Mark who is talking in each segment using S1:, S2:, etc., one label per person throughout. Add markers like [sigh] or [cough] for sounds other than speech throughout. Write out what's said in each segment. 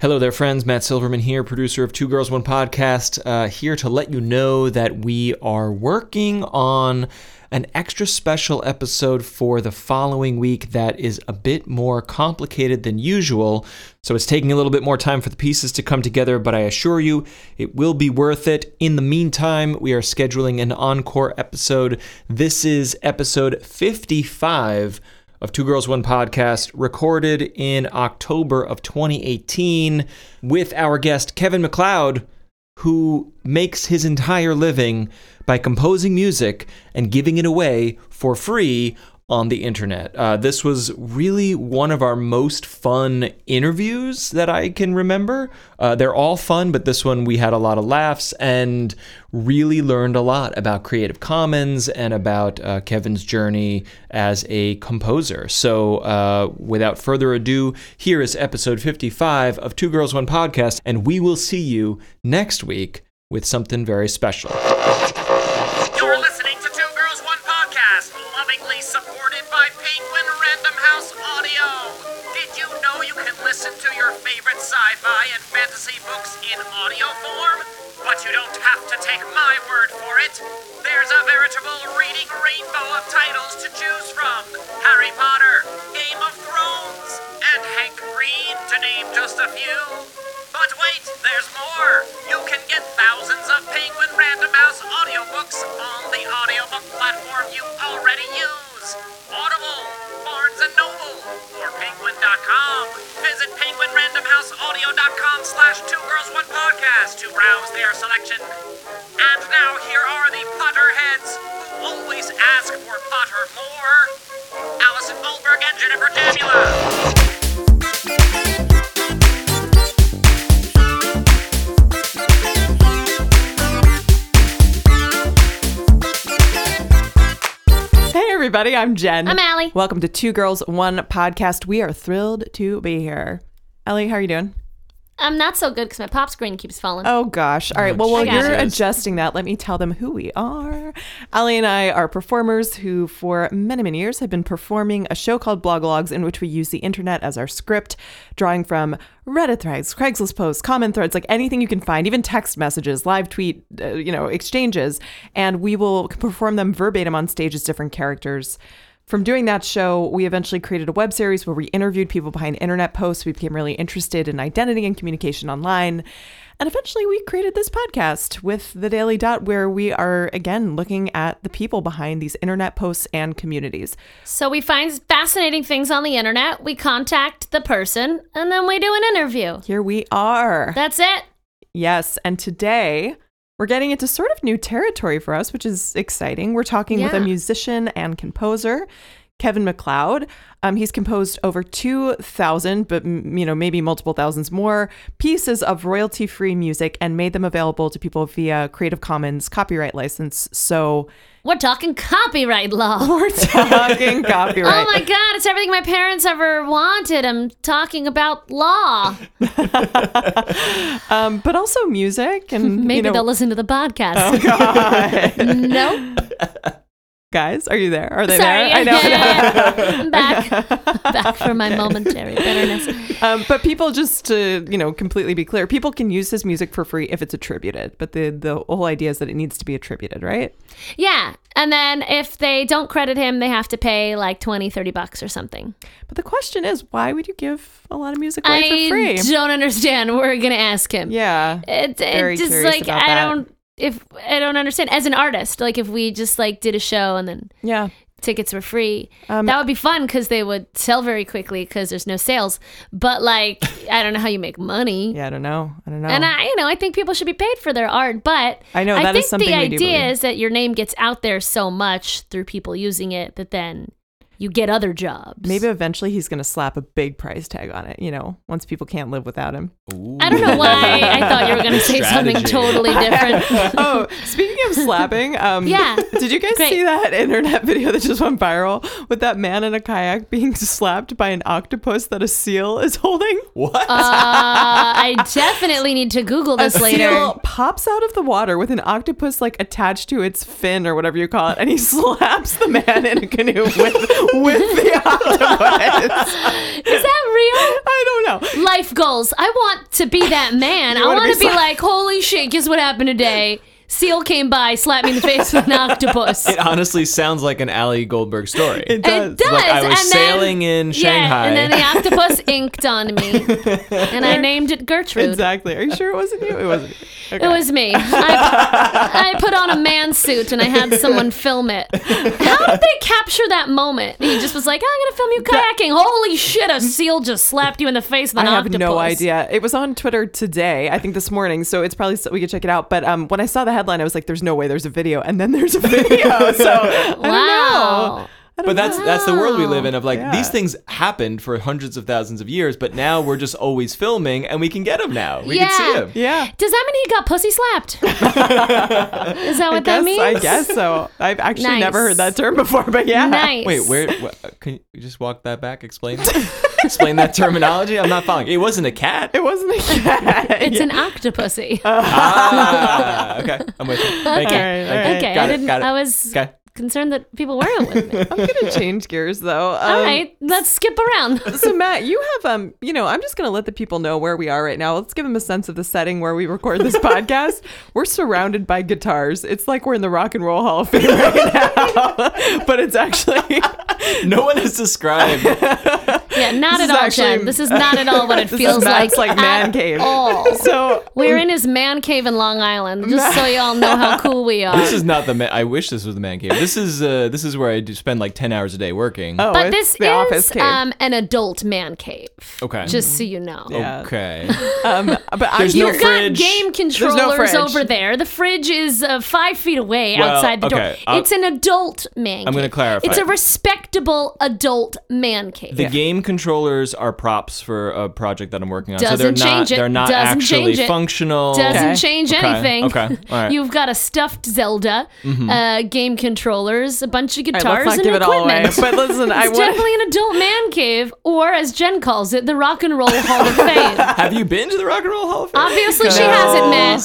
S1: Hello there, friends. Matt Silverman here, producer of Two Girls One Podcast, uh, here to let you know that we are working on an extra special episode for the following week that is a bit more complicated than usual. So it's taking a little bit more time for the pieces to come together, but I assure you it will be worth it. In the meantime, we are scheduling an encore episode. This is episode 55 of Two Girls One Podcast, recorded in October of 2018 with our guest Kevin McLeod, who makes his entire living by composing music and giving it away for free on the internet. Uh, this was really one of our most fun interviews that I can remember. Uh, they're all fun, but this one we had a lot of laughs and really learned a lot about Creative Commons and about uh, Kevin's journey as a composer. So, uh, without further ado, here is episode 55 of Two Girls One Podcast, and we will see you next week with something very special.
S2: You're listening to Two Girls One Podcast, lovingly supported by Penguin Random House Audio. Did you know you can listen to your favorite sci-fi and fantasy books in audio form? But you don't have to take my word for it. There's a veritable reading rainbow of titles to choose from. Harry Potter, Game of Thrones, and Hank Green, to name just a few. But wait, there's more! You can get thousands of Penguin Random House audiobooks on the audiobook platform you already use. Audible, Barnes & Noble, or penguin.com. Visit penguinrandomhouseaudio.com slash two girls one podcast to browse their selection. And now here are the Potterheads who always ask for Potter more. Allison Goldberg and Jennifer Dabula.
S3: Hey, everybody, I'm Jen.
S4: I'm Allie.
S3: Welcome to Two Girls, One Podcast. We are thrilled to be here. Ellie, how are you doing?
S4: I'm not so good because my pop screen keeps falling.
S3: Oh, gosh. All right. Well, while
S4: I got
S3: you're
S4: it.
S3: adjusting that, let me tell them who we are. Ellie and I are performers who, for many, many years, have been performing a show called Blogalogs in which we use the internet as our script, drawing from Reddit threads, Craigslist posts, common threads, like anything you can find, even text messages, live tweet, uh, you know, exchanges. And we will perform them verbatim on stage as different characters. From doing that show, we eventually created a web series where we interviewed people behind internet posts. We became really interested in identity and communication online. And eventually, we created this podcast with The Daily Dot, where we are again looking at the people behind these internet posts and communities.
S4: So we find fascinating things on the internet, we contact the person, and then we do an interview.
S3: Here we are.
S4: That's it.
S3: Yes. And today, we're getting into sort of new territory for us, which is exciting. We're talking with a
S4: Yeah.
S3: musician and composer, Kevin McLeod. Um, he's composed over 2,000, but m- you know, maybe multiple thousands more pieces of royalty-free music and made them available to people via Creative Commons copyright license.
S4: [laughs]
S3: So
S4: We're talking copyright law.
S3: [laughs] we're talking copyright.
S4: Oh my God, it's everything my parents ever wanted. I'm talking about law.
S3: um, but also music and
S4: [laughs] Maybe
S3: you know, Oh,
S4: they'll listen to the podcast. [laughs] no.
S3: guys, are you there? Are they
S4: Sorry.
S3: there? I know. [laughs]
S4: I'm back. back from my momentary
S3: [laughs]
S4: bitterness.
S3: um, but people just to you know completely be clear people can use his music for free if it's attributed but the the whole idea is that it needs to be attributed right
S4: Yeah. And then if they don't credit him, they have to pay like 20, 30 bucks or something.
S3: but the question is why would you give a lot of music away
S4: I eh,
S3: for free
S4: don't understand. [laughs] We're going to ask him.
S3: yeah
S4: It,
S3: Very
S4: it just
S3: curious
S4: like
S3: about
S4: I
S3: that.
S4: don't if I don't understand as an artist. Like if we just like did a show and then
S3: yeah
S4: tickets were free,
S3: Um,
S4: that would be fun because they would sell very quickly because there's no sales.
S3: [laughs]
S4: But like I don't know how you make money.
S3: yeah i don't know i don't know
S4: And I, you know, I think people should be paid for their art, but
S3: I know, that is
S4: think
S3: something
S4: the
S3: we do
S4: idea
S3: believe.
S4: is that your name gets out there so much through people using it that then you get other jobs.
S3: maybe eventually he's going to slap a big price tag on it you know once people can't live without
S4: [laughs]
S3: him
S4: I don't know why I thought you were
S3: [laughs]
S4: going to say something
S1: Strategy.
S4: totally different.
S3: oh speaking of slapping um
S4: Yeah.
S3: [laughs] did you guys
S4: Great.
S3: see that internet [laughs] video that just went viral with that man in a [laughs]
S5: [laughs]
S3: kayak being slapped by an octopus that a seal is holding
S1: What?
S4: Uh, I I definitely need to Google
S3: A
S4: this later.
S3: seal pops out of the water with an octopus like attached to its fin or whatever you call it, and he [laughs] slaps the man in a canoe with with the [laughs] octopus.
S4: Is that real?
S3: I don't know.
S4: Life goals. I want to be
S5: [laughs]
S4: that man. I
S3: wanna
S4: want to
S3: be
S4: be
S3: sla-
S4: like, holy shit, guess what happened today? Seal came by, slapped me in the face
S5: [laughs]
S4: with an octopus.
S5: It honestly sounds like an Ali Goldberg story.
S3: It does.
S4: It does.
S5: Like, I was
S4: and then,
S5: sailing in Shanghai.
S4: Yeah, and then the octopus inked on
S5: [laughs]
S4: me, and I named it Gertrude.
S3: Exactly. Are you sure it wasn't you? It wasn't. you.
S4: It
S3: Okay.
S4: was
S3: [laughs]
S4: me. I, I put on a man suit and I had someone film it. How did they capture that moment? He just was like, "Ah, "I'm gonna film you kayaking." Holy shit! A seal just slapped you in the face with
S3: I
S4: an
S3: have
S4: octopus.
S3: no idea. It was on Twitter today, I think this morning, so it's probably still, we could check it out. But um, when I saw the headline, I was like, "There's no way there's a video," and then there's a [laughs] video. So I don't know.
S4: Wow.
S5: but that's that's the world we live in of like
S3: Yeah.
S5: these things happened for hundreds of thousands of years, but now we're just always filming and we can get them now. We
S4: Yeah.
S5: can see them.
S3: Yeah.
S4: Does that mean he got pussy slapped? Is that what
S3: Yes,
S4: that means?
S3: [laughs] I guess so. I've actually
S4: Nice.
S3: never heard that term before, but yeah.
S4: Nice.
S5: Wait, where? Wh- can you just walk that back? Explain, explain that terminology. I'm not following. It wasn't a cat.
S3: It wasn't a [laughs] cat.
S4: [laughs] It's
S3: Yeah. [laughs]
S4: an octopusy.
S5: ah, okay, I'm with you. Thank you.
S4: okay.
S3: all right.
S4: Okay.
S5: Got
S4: I
S5: it,
S4: didn't.
S5: got it.
S4: I was
S5: Okay.
S4: concerned that people weren't with me.
S3: I'm gonna change gears though. [laughs] Um,
S4: All right. Let's skip around.
S3: So Matt, you have um, you know, I'm just gonna let the people know where we are right now. Let's give them a sense of the setting where we record [laughs] this podcast. We're surrounded by guitars. It's like we're in the Rock and Roll Hall of Fame [laughs] right now, but it's actually [laughs]
S5: No one has [laughs] described
S4: Yeah, not
S3: This
S4: at
S3: is
S4: all,
S3: actually-
S4: Jen. This is not at all what it
S3: [laughs] This is
S4: feels
S3: Matt's,
S4: like.
S3: like, man
S4: at
S3: cave.
S4: all.
S3: so.
S4: We're in his man cave in
S3: [laughs]
S4: Long Island, just so y'all know how cool we are.
S5: This is not the. Man, I wish this was the man cave. This is uh, this is where I do spend like ten hours a day working.
S3: Oh,
S4: but
S3: it's
S4: this
S3: the
S4: is
S3: office cave.
S4: um, an adult man cave.
S5: Okay.
S4: Just so you know.
S3: Yeah.
S5: Okay.
S3: Um, but I'm
S5: There's no
S3: here.
S4: You've got
S5: fridge.
S4: game
S3: no
S4: controllers
S3: fridge.
S4: over there. The fridge is uh, five feet away
S5: Well,
S4: outside the door.
S5: okay, I'll-
S4: it's an adult man.
S5: I'm gonna
S4: cave.
S5: clarify.
S4: It's a respectable adult man cave.
S5: The game controllers are props for a project that I'm working on. so
S4: Doesn't
S5: they're not
S4: change it.
S5: they're not
S4: Doesn't
S5: actually
S4: change it.
S5: functional.
S4: Doesn't
S3: Okay.
S4: change
S5: Okay,
S4: anything. [laughs]
S5: okay, all right. Mm-hmm.
S4: You've got a stuffed Zelda, uh, game controllers, a bunch of guitars,
S3: All right, let's
S4: and
S3: not give it all away. [laughs]
S4: equipment.
S3: But listen, I
S4: It's
S3: want.
S4: definitely an adult man cave, or as Jen calls it, the Rock and Roll Hall
S3: [laughs]
S4: of Fame.
S5: Have you been to the Rock and Roll Hall of Fame?
S4: Obviously, she
S3: No.
S4: hasn't met.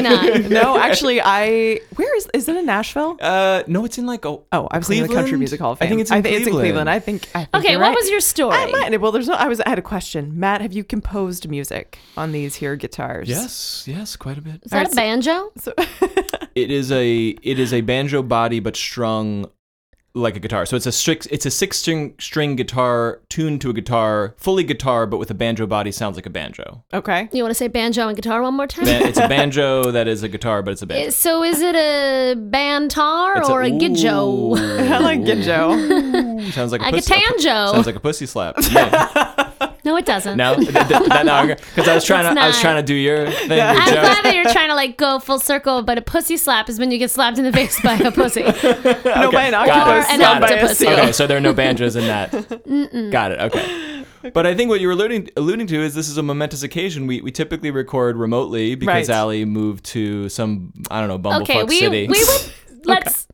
S3: [laughs]
S4: not.
S3: No, actually, I. Where is? Is it in Nashville?
S5: Uh, no, it's in like a,
S3: Oh, I was thinking of the Country
S5: Cleveland?
S3: Music Hall of Fame.
S5: I think it's in Cleveland.
S3: I think. I think
S4: Okay,
S3: you're
S4: what
S3: right.
S4: was your story?
S3: I might. Well, there's no. I was. I had a question. Matt, have you composed music on these here guitars?
S5: Yes, yes, quite a bit.
S4: Is that
S3: Alright,
S4: a
S3: so-
S4: banjo?
S3: So,
S5: It is a it is a banjo body but strung like a guitar. So it's a strict it's a six string string guitar tuned to a guitar, fully guitar but with a banjo body sounds like a banjo.
S3: okay.
S4: You want to say banjo and guitar one more time?
S5: Ba- it's a banjo that is a guitar but it's a banjo.
S4: Uh, so is it a bantar
S5: It's
S4: or a, gidjo?
S5: ooh.
S3: I like Ginjo.
S5: Ooh, Sounds like a
S4: Like a
S5: pussy- pu-
S4: tanjo.
S5: Sounds like a pussy slap. Yeah.
S4: [laughs] No, it doesn't.
S5: No, because I was trying to, I was
S4: not.
S5: trying to do your thing. Your
S4: I'm
S5: joke.
S4: glad that you're trying to like go full circle, but a pussy slap is when you get slapped in the face by a pussy.
S3: No, by an
S5: got it,
S3: octopus.
S5: got
S3: not
S5: it.
S3: by a
S4: Octopus,
S3: seal.
S4: yeah.
S5: Okay, so there are no banjos in that. Got it. Okay. But I think what you're alluding alluding to is this is a momentous occasion. We we typically record remotely because
S3: Right.
S5: Ali moved to some I don't know bumblefuck
S4: Okay, we
S5: city.
S4: we would let's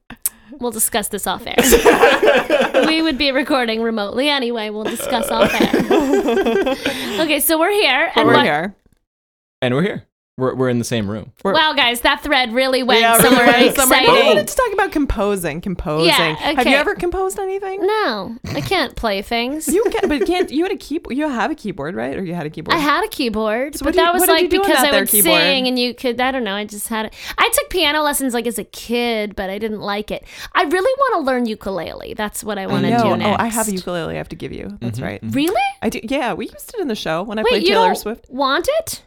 S4: we'll discuss this off
S3: [laughs]
S4: air. we would be recording remotely anyway. We'll discuss off
S3: [laughs]
S4: air. okay, so we're here and
S3: We're
S4: what-
S3: here.
S5: [laughs] and we're here. We're we're in the same room.
S4: wow, guys, that thread really went
S3: Yeah, [laughs]
S4: somewhere
S3: everybody- somewhere-
S4: exciting.
S3: But I
S5: Boom.
S3: wanted to talk about composing. Composing. Have
S4: okay.
S3: you ever composed anything?
S4: No, I can't play things.
S3: You can, but can't. You had a keyboard. You have a keyboard, right? Or you had a keyboard.
S4: I had a keyboard,
S3: what
S4: but
S3: do you-
S4: that was
S3: what did you
S4: like
S3: do on
S4: because
S3: that
S4: I
S3: there
S4: would
S3: keyboard?
S4: sing and you could, I don't know, I just had it. I took piano lessons like as a kid, but I didn't like it. I really want to learn ukulele. That's what I want to
S3: no.
S4: do
S3: oh,
S4: next.
S3: I have a ukulele. I have to give you. That's right.
S4: Really?
S3: I do. Yeah, we used it in the show when I
S4: Wait,
S3: played
S4: you
S3: Taylor
S4: don't
S3: Swift.
S4: want
S3: [laughs]
S4: it?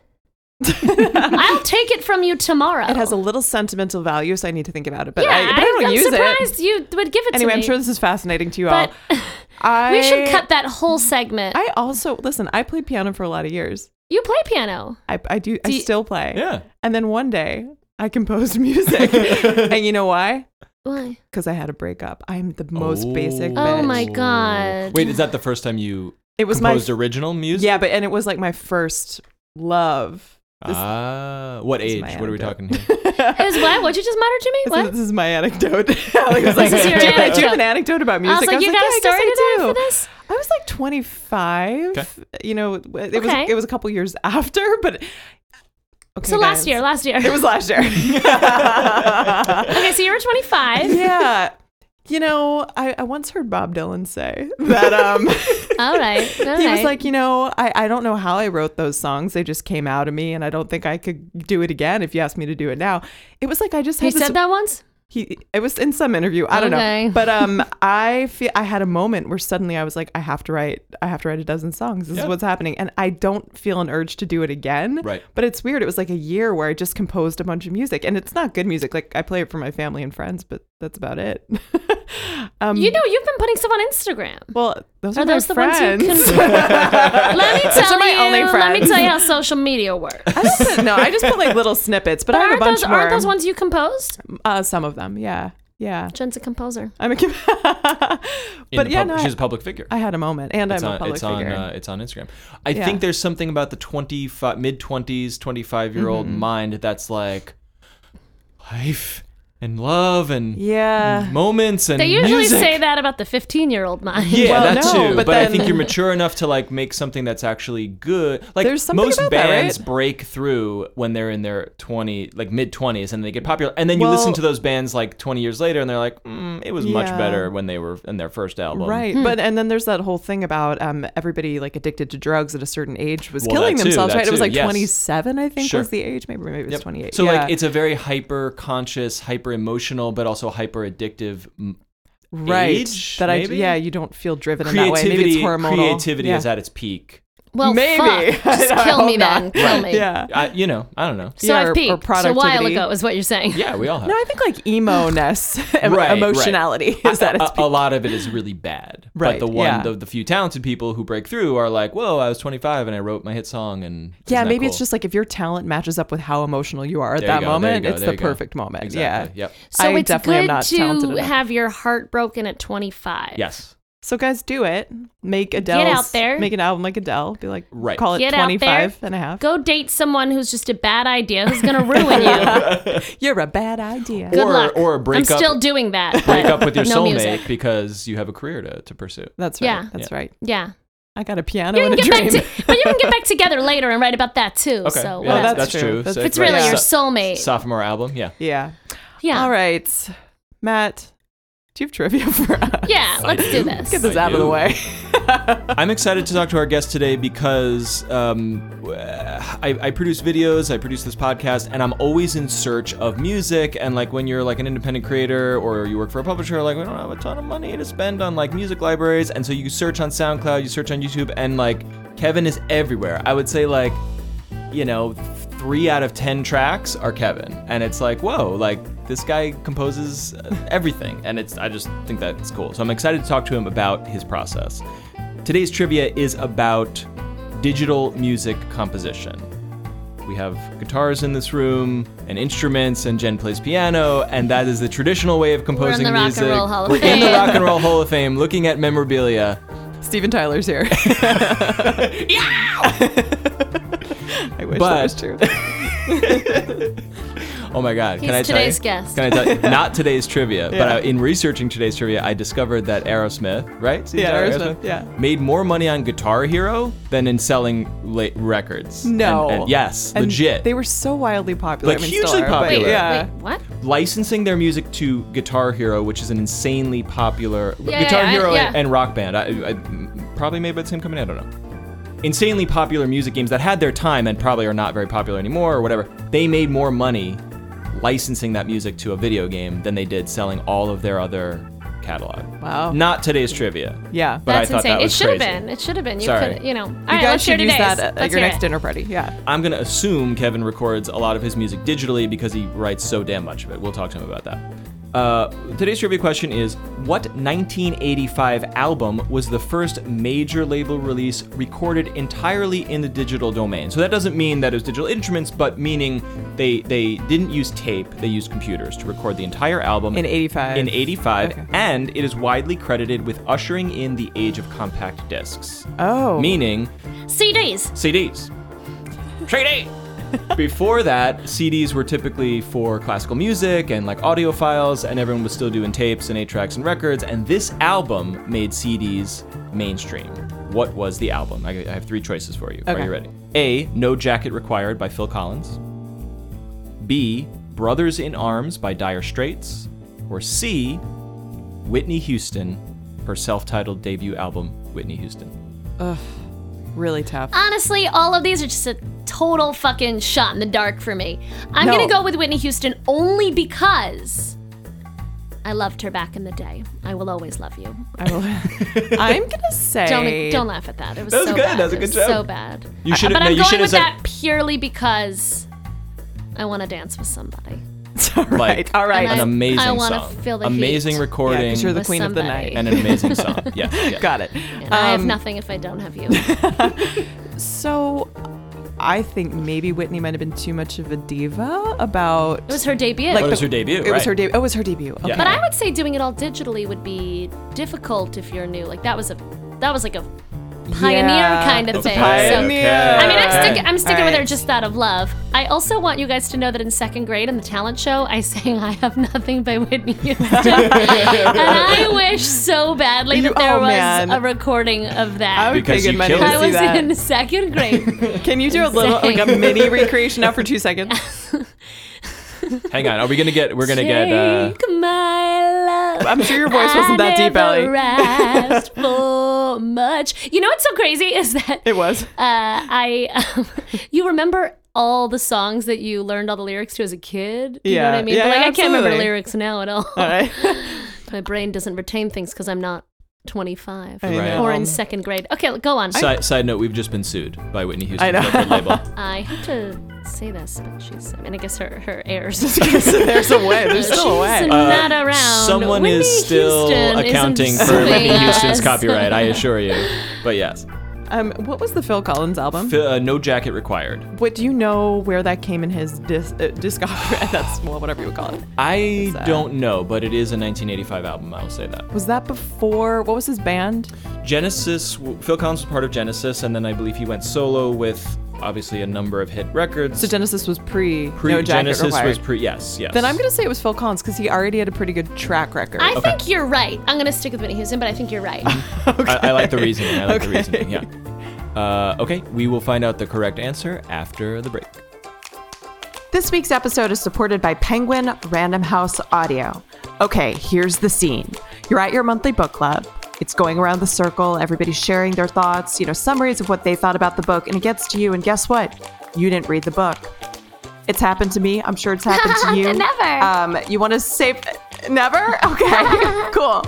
S4: I'll take it from you tomorrow.
S3: It has a little sentimental value, so I need to think about it. But
S4: yeah,
S3: I, but I don't
S4: am
S3: use it.
S4: surprised you would give it
S3: Anyway,
S4: to me.
S3: I'm sure this is fascinating to you
S4: But-
S3: all. I
S4: we should cut that whole segment.
S3: I also listen. I played piano for a lot of years.
S4: you play piano.
S3: I, I do. I
S4: you-
S3: still play.
S5: Yeah.
S3: And then one day I composed [laughs]
S4: [laughs]
S3: music, and you know why? [laughs]
S4: Why?
S3: Because I had a breakup. I'm the most basic.
S4: Oh
S3: bitch.
S4: my God.
S5: Wait, is that the first time you
S3: It was my
S5: composed original music?
S3: yeah, but and it was like my first love.
S5: Ah, what age?
S3: my
S5: What are we
S3: anecdote. [laughs]
S5: talking here?
S4: Is what? What you just muttered to me?
S3: So
S4: What?
S3: this is my anecdote. [laughs] Allie was like,
S4: is your
S3: "Do you have- Do you
S4: anecdote."
S3: have an anecdote about
S4: I was
S3: music?
S4: like, you
S3: "Yeah,
S4: got a
S3: I
S4: story
S3: guess
S4: to
S3: I
S4: that
S3: do."
S4: for this?
S3: [laughs] I was like 25. You know, it was
S4: Okay.
S3: it was a couple years after, [laughs] but okay,
S4: So last
S3: guys.
S4: year, last year.
S3: it was last year.
S4: [laughs] okay, so you
S3: [laughs]
S4: were 25.
S3: yeah. You know, I, I once heard Bob Dylan say that
S4: [laughs]
S3: um,
S4: All right. All
S3: he was
S4: right.
S3: like, you know, I, I don't know how I wrote those songs. They just came out of me, and I don't think I could do it again if you asked me to do it now. It was like I just had
S4: you
S3: this
S4: said that once?
S3: he it was in some interview i don't
S4: Okay.
S3: know but um [laughs] i feel i had a moment where suddenly i was like i have to write i have to write a dozen songs this
S5: Yeah.
S3: is what's happening and i don't feel an urge to do it again
S5: Right.
S3: but it's weird it was like a year where i just composed a bunch of music and it's not good music like i play it for my family and friends but that's about it [laughs] um
S4: You know, you've been putting stuff on Instagram.
S3: well those are,
S4: Are those
S3: my
S4: the ones you
S3: friends [laughs]
S4: [laughs] Let me tell
S3: are my
S4: you.
S3: only
S4: Let me
S3: friends.
S4: tell you how social media works.
S3: I don't put- no i just put like little snippets but, i have a
S4: aren't
S3: bunch
S4: those
S3: more
S4: aren't those ones you composed?
S3: uh some of them yeah yeah
S4: Jen's a composer.
S3: i'm a [laughs]
S5: In
S3: but
S5: the
S3: yeah
S5: pub-
S3: no, I-
S5: she's a public figure.
S3: I had a moment, and
S5: it's
S3: I'm
S5: on,
S3: a public
S5: it's
S3: figure.
S5: on uh, it's on Instagram. I
S3: Yeah.
S5: think there's something about the 25 mid 20s 25 year old
S3: Mm-hmm.
S5: mind that's like life and love and
S4: Mm.
S3: yeah,
S5: moments and
S4: They usually
S5: music.
S4: say that about the 15 year old mind.
S5: Yeah,
S3: Well,
S5: that
S3: no,
S5: too. But,
S3: but
S5: I think
S3: then-
S5: you're mature enough to like make something that's actually good. Like
S3: There's something
S5: most
S3: about that,
S5: bands
S3: right?
S5: break through when they're in their 20, like mid 20s, and they get popular. And then you
S3: Well-
S5: listen to those bands like 20 years later, and they're like, mm, it was much
S3: Yeah.
S5: better when they were in their first album.
S3: right.
S4: Hmm.
S3: But and then there's that whole thing about um, everybody like addicted to drugs at a certain age was
S5: Well,
S3: killing
S5: that too,
S3: themselves,
S5: that
S3: right? It was
S5: too,
S3: like
S5: yes.
S3: 27, I think,
S5: Sure.
S3: was the age. Maybe maybe it was
S5: Yep.
S3: 28.
S5: So
S3: yeah.
S5: like it's a very hyper conscious, hyper emotional, but also hyper addictive. m-
S3: right
S5: age,
S3: that I
S5: maybe?
S3: yeah you don't feel driven in that way. Maybe
S5: Creativity,
S3: it's hormonal.
S5: creativity
S3: yeah.
S5: is at its peak.
S4: [laughs] Well,
S3: Maybe.
S4: fuck.
S3: [laughs]
S4: Just
S3: I know, I
S4: kill me
S3: hope
S4: then.
S3: not.
S4: Kill me.
S3: yeah.
S5: I, you know, I don't know.
S4: So
S3: Yeah, or-
S4: I've
S3: or
S4: peaked. So a while
S3: productivity.
S4: ago is what you're saying.
S5: Yeah, we all have.
S3: [laughs] No, I think like emo [laughs] ness,
S5: right. oh,
S3: emotionality is that
S5: a,
S3: it's
S5: a lot of it is really bad. But
S3: Right,
S5: the one,
S3: yeah.
S5: the, the few talented people who break through are like, whoa, I was 25 and I wrote my hit song.
S3: yeah,
S5: And isn't that
S3: maybe it's
S5: cool?"
S3: just like if your talent matches up with how emotional you are at
S5: There you
S3: that
S5: go, there you
S3: moment,
S5: go,
S3: it's
S5: there
S3: the
S5: you go.
S3: perfect moment.
S5: Exactly.
S3: Yeah.
S5: Yep.
S4: So
S3: I
S4: it's
S3: definitely am
S4: good
S3: not talented
S4: to
S3: enough.
S4: have your heart broken at 25.
S3: [laughs]
S5: Yes.
S3: So guys, do it. Make Adele
S4: there.
S3: Make an album like Adele. Be like,
S5: Right.
S3: call it
S4: Get out there.
S3: 25 and a half.
S4: Go date someone who's just a bad idea who's going to ruin
S3: [laughs]
S4: you.
S3: You're a bad idea.
S4: Good
S5: or
S4: luck.
S5: or break
S4: I'm
S5: up
S4: still doing that.
S5: break
S4: but
S5: up
S3: [laughs]
S5: with your
S4: no
S5: soulmate
S4: music.
S5: because you have a career to, to pursue.
S3: That's right.
S4: Yeah.
S3: That's right.
S4: Yeah.
S3: I got a piano
S4: You can
S3: and a
S4: get
S3: dream.
S4: back
S3: [laughs]
S4: to, but you can get back together later and write about that too. So
S5: Okay. yeah,
S3: Well,
S4: whatever.
S3: that's true. That's-
S5: So
S3: If
S4: it's really
S5: right.
S4: your
S5: So-
S4: soulmate.
S5: sophomore album. Yeah.
S3: yeah.
S4: yeah.
S3: All right. Matt, do you have trivia for us?
S4: Yeah. Let's do
S3: Let's Get
S4: this.
S3: this
S5: I
S3: out of the
S5: do.
S3: way.
S5: [laughs] I'm excited to talk to our guest today because um, w- I, I produce videos, I produce this podcast, and I'm always in search of music. And like when you're like an independent creator or you work for a publisher, like we don't have a ton of money to spend on like music libraries, and so you search on SoundCloud, you search on YouTube, and like Kevin is everywhere. I would say like you know, three out of 10 tracks are Kevin. And it's like, whoa, like this guy composes uh, everything. And it's, I just think that's cool. So I'm excited to talk to him about his process. Today's trivia is about digital music composition. We have guitars in this room and instruments, and Jen plays piano, and that is the traditional way of composing
S4: the Rock and
S5: music.
S4: Roll Hall of
S5: We're in the
S4: Fame.
S5: Rock and Roll Hall of Fame looking at memorabilia.
S3: Steven Tyler's
S5: [laughs]
S3: here. [laughs] I wish
S5: But-
S3: that was true. [laughs]
S5: Oh my God!
S4: He's
S5: can I tell
S4: today's
S5: you?
S4: guest.
S5: Can I tell you? Not today's trivia, but
S3: Yeah.
S5: I, in researching today's trivia, I discovered that Aerosmith, right? See,
S3: Yeah,
S5: is that
S3: Aerosmith, yeah.
S5: made more money on Guitar Hero than in selling la- records.
S3: No.
S5: And- and- yes,
S3: And
S5: legit.
S3: They were so wildly popular.
S5: Like,
S3: I mean, still
S5: hugely
S3: are, but
S5: popular.
S4: Wait,
S3: yeah.
S4: wait, what?
S5: licensing their music to Guitar Hero, which is an insanely popular
S4: Yeah,
S5: Guitar
S4: yeah, I-
S5: Hero
S4: yeah.
S5: And, and Rock Band. I, I, probably made by the same company. I don't know. Insanely popular music games that had their time and probably are not very popular anymore or whatever. They made more money licensing that music to a video game than they did selling all of their other catalog.
S3: Wow.
S5: Not today's trivia.
S3: Yeah.
S5: But I
S4: That's
S5: thought
S4: insane.
S5: that
S4: it
S5: was
S4: should have
S5: crazy.
S4: been. It should have been. You
S5: Sorry.
S4: could, you know. All
S3: You
S4: right,
S3: guys
S4: let's hear
S3: should use
S4: today's.
S3: that at, at
S4: Let's
S3: your
S4: hear
S3: next
S4: it.
S3: dinner party. Yeah.
S5: I'm going to assume Kevin records a lot of his music digitally because he writes so damn much of it. We'll talk to him about that. Uh, today's trivia question is What 1985 album was the first major label release recorded entirely in the digital domain? So that doesn't mean that it was digital instruments, but meaning they, they didn't use tape, they used computers to record the entire album
S3: In 85.
S5: In 85,
S3: Okay.
S5: and it is widely credited with ushering in the age of compact discs,
S3: Oh.
S5: meaning
S4: CDs.
S5: CDs. CD! [laughs] Before that, CDs were typically for classical music and like audio files, and everyone was still doing tapes and eight tracks and records. And this album made CDs mainstream. What was the album? I, I have three choices for you. Are
S3: Okay.
S5: you ready? A. No Jacket Required by Phil Collins. B. Brothers in Arms by Dire Straits. Or C. Whitney Houston, her self titled debut album, Whitney Houston.
S3: Really tough.
S4: Honestly, all of these are just a total fucking shot in the dark for me. I'm
S3: No.
S4: gonna go with Whitney Houston only because I loved her back in the day. I will always love you.
S3: I will,
S5: [laughs]
S3: I'm gonna say.
S4: Don't don't laugh at that. It was
S5: That was
S4: so
S5: good.
S4: bad.
S5: That was a
S4: It
S5: good joke.
S4: So bad.
S5: You should
S4: But
S5: have. No,
S4: I'm
S5: you should
S4: going with
S5: have said.
S4: that purely because I want to dance with somebody.
S3: all right.
S5: like,
S3: all right.
S5: An
S4: I-
S5: amazing
S4: I wanna
S5: song.
S4: feel the
S5: amazing
S4: heat.
S5: recording.
S3: Yeah, 'cause you're the
S4: with
S3: queen of the
S4: somebody.
S3: night.
S5: [laughs] and an amazing
S3: [laughs]
S5: song. Yeah, yeah.
S3: Got it.
S4: And I
S5: Um,
S4: have nothing if I don't have
S3: [laughs]
S4: you.
S3: So, I think maybe Whitney might have been too much of a diva about.
S4: It was her debut.
S5: But it was her debut.
S3: It was
S5: right.
S3: her debut. Oh, it was her debut. Okay.
S4: but I would say doing it all digitally would be difficult if you're new. Like that was a that was like a pioneer
S3: Yeah.
S4: kind of
S3: It's a
S4: thing. So-
S3: Pioneer.
S4: I mean, I'm,
S5: Okay.
S4: sticking. I'm sticking with
S3: Alright.
S4: her just out of love. I also want you guys to know that in second grade in the talent show, I sang [laughs] "I Have Nothing" by Whitney Houston, and I wish so badly
S3: You-
S4: that there
S3: oh,
S4: was
S3: man.
S4: a recording of
S3: I
S4: that.
S3: would pay
S5: Because
S3: good
S5: you
S3: money
S5: killed
S3: to
S5: it.
S4: I
S3: see
S4: was
S3: that.
S4: in second grade.
S3: Can you do a little, like
S4: Insane.
S3: a mini recreation now for two
S4: [laughs]
S3: seconds?
S5: Hang on. Are we gonna get? We're gonna get. Uh,
S4: Take my love.
S3: I'm sure your voice wasn't that deep,
S4: I
S3: Allie.
S4: never asked for much. You know what's so crazy is that
S3: It was.
S4: uh, I um, [laughs] you remember all the songs that you learned all the lyrics to as a kid? Do You know
S3: Yeah.
S4: what I mean?
S3: Yeah,
S4: but like
S3: yeah,
S4: I can't remember
S3: absolutely.
S4: lyrics now at all.
S3: All right.
S4: [laughs] My brain doesn't retain things because I'm not 25
S3: I
S5: [laughs] Right.
S3: know.
S4: or in second grade. Okay, go on.
S5: side, side note: We've just been sued by Whitney Houston
S3: I know. [laughs]
S5: record label.
S4: I hate to say this, but she's. I mean, I guess her her heirs.
S3: [laughs] There's a way. There's still a
S4: [laughs] She's
S3: way.
S4: not around.
S5: Uh, Someone
S4: Whitney
S5: is still
S4: Houston isn't
S5: accounting for
S4: suing
S5: Whitney
S4: us.
S5: Houston's copyright. I
S4: [laughs]
S5: assure you. But yes,
S3: Um, what was the Phil Collins album?
S5: F- uh, no jacket required.
S3: What do you know where that came in his dis- uh, [laughs] discography? That's well, whatever you would call it.
S5: I don't know, but it is a 1985 album. I will say that.
S3: Was that before? What was his band?
S5: Genesis, Phil Collins was part of Genesis, and then I believe he went solo with obviously a number of hit records.
S3: So Genesis was pre,
S5: pre
S3: No Jacket
S5: Genesis
S3: Required.
S5: was pre. Yes, yes.
S3: then I'm gonna say it was Phil Collins because he already had a pretty good track record.
S4: I think you're right. I'm gonna stick with Whitney Houston, but I think you're right.
S5: I, I like the reasoning. I like
S3: [laughs]
S5: the
S3: Okay. [laughs]
S5: reasoning. Yeah. Uh, okay, we will find out the correct answer after the break.
S3: This week's episode is supported by Penguin Random House Audio. Okay, here's the scene. You're at your monthly book club. It's going around the circle, everybody's sharing their thoughts, you know, summaries of what they thought about the book, and it gets to you, and guess what? You didn't read the book. It's happened to me. I'm sure it's happened to you.
S4: Never.
S3: Um, you want to save. Never? [laughs] Okay, cool.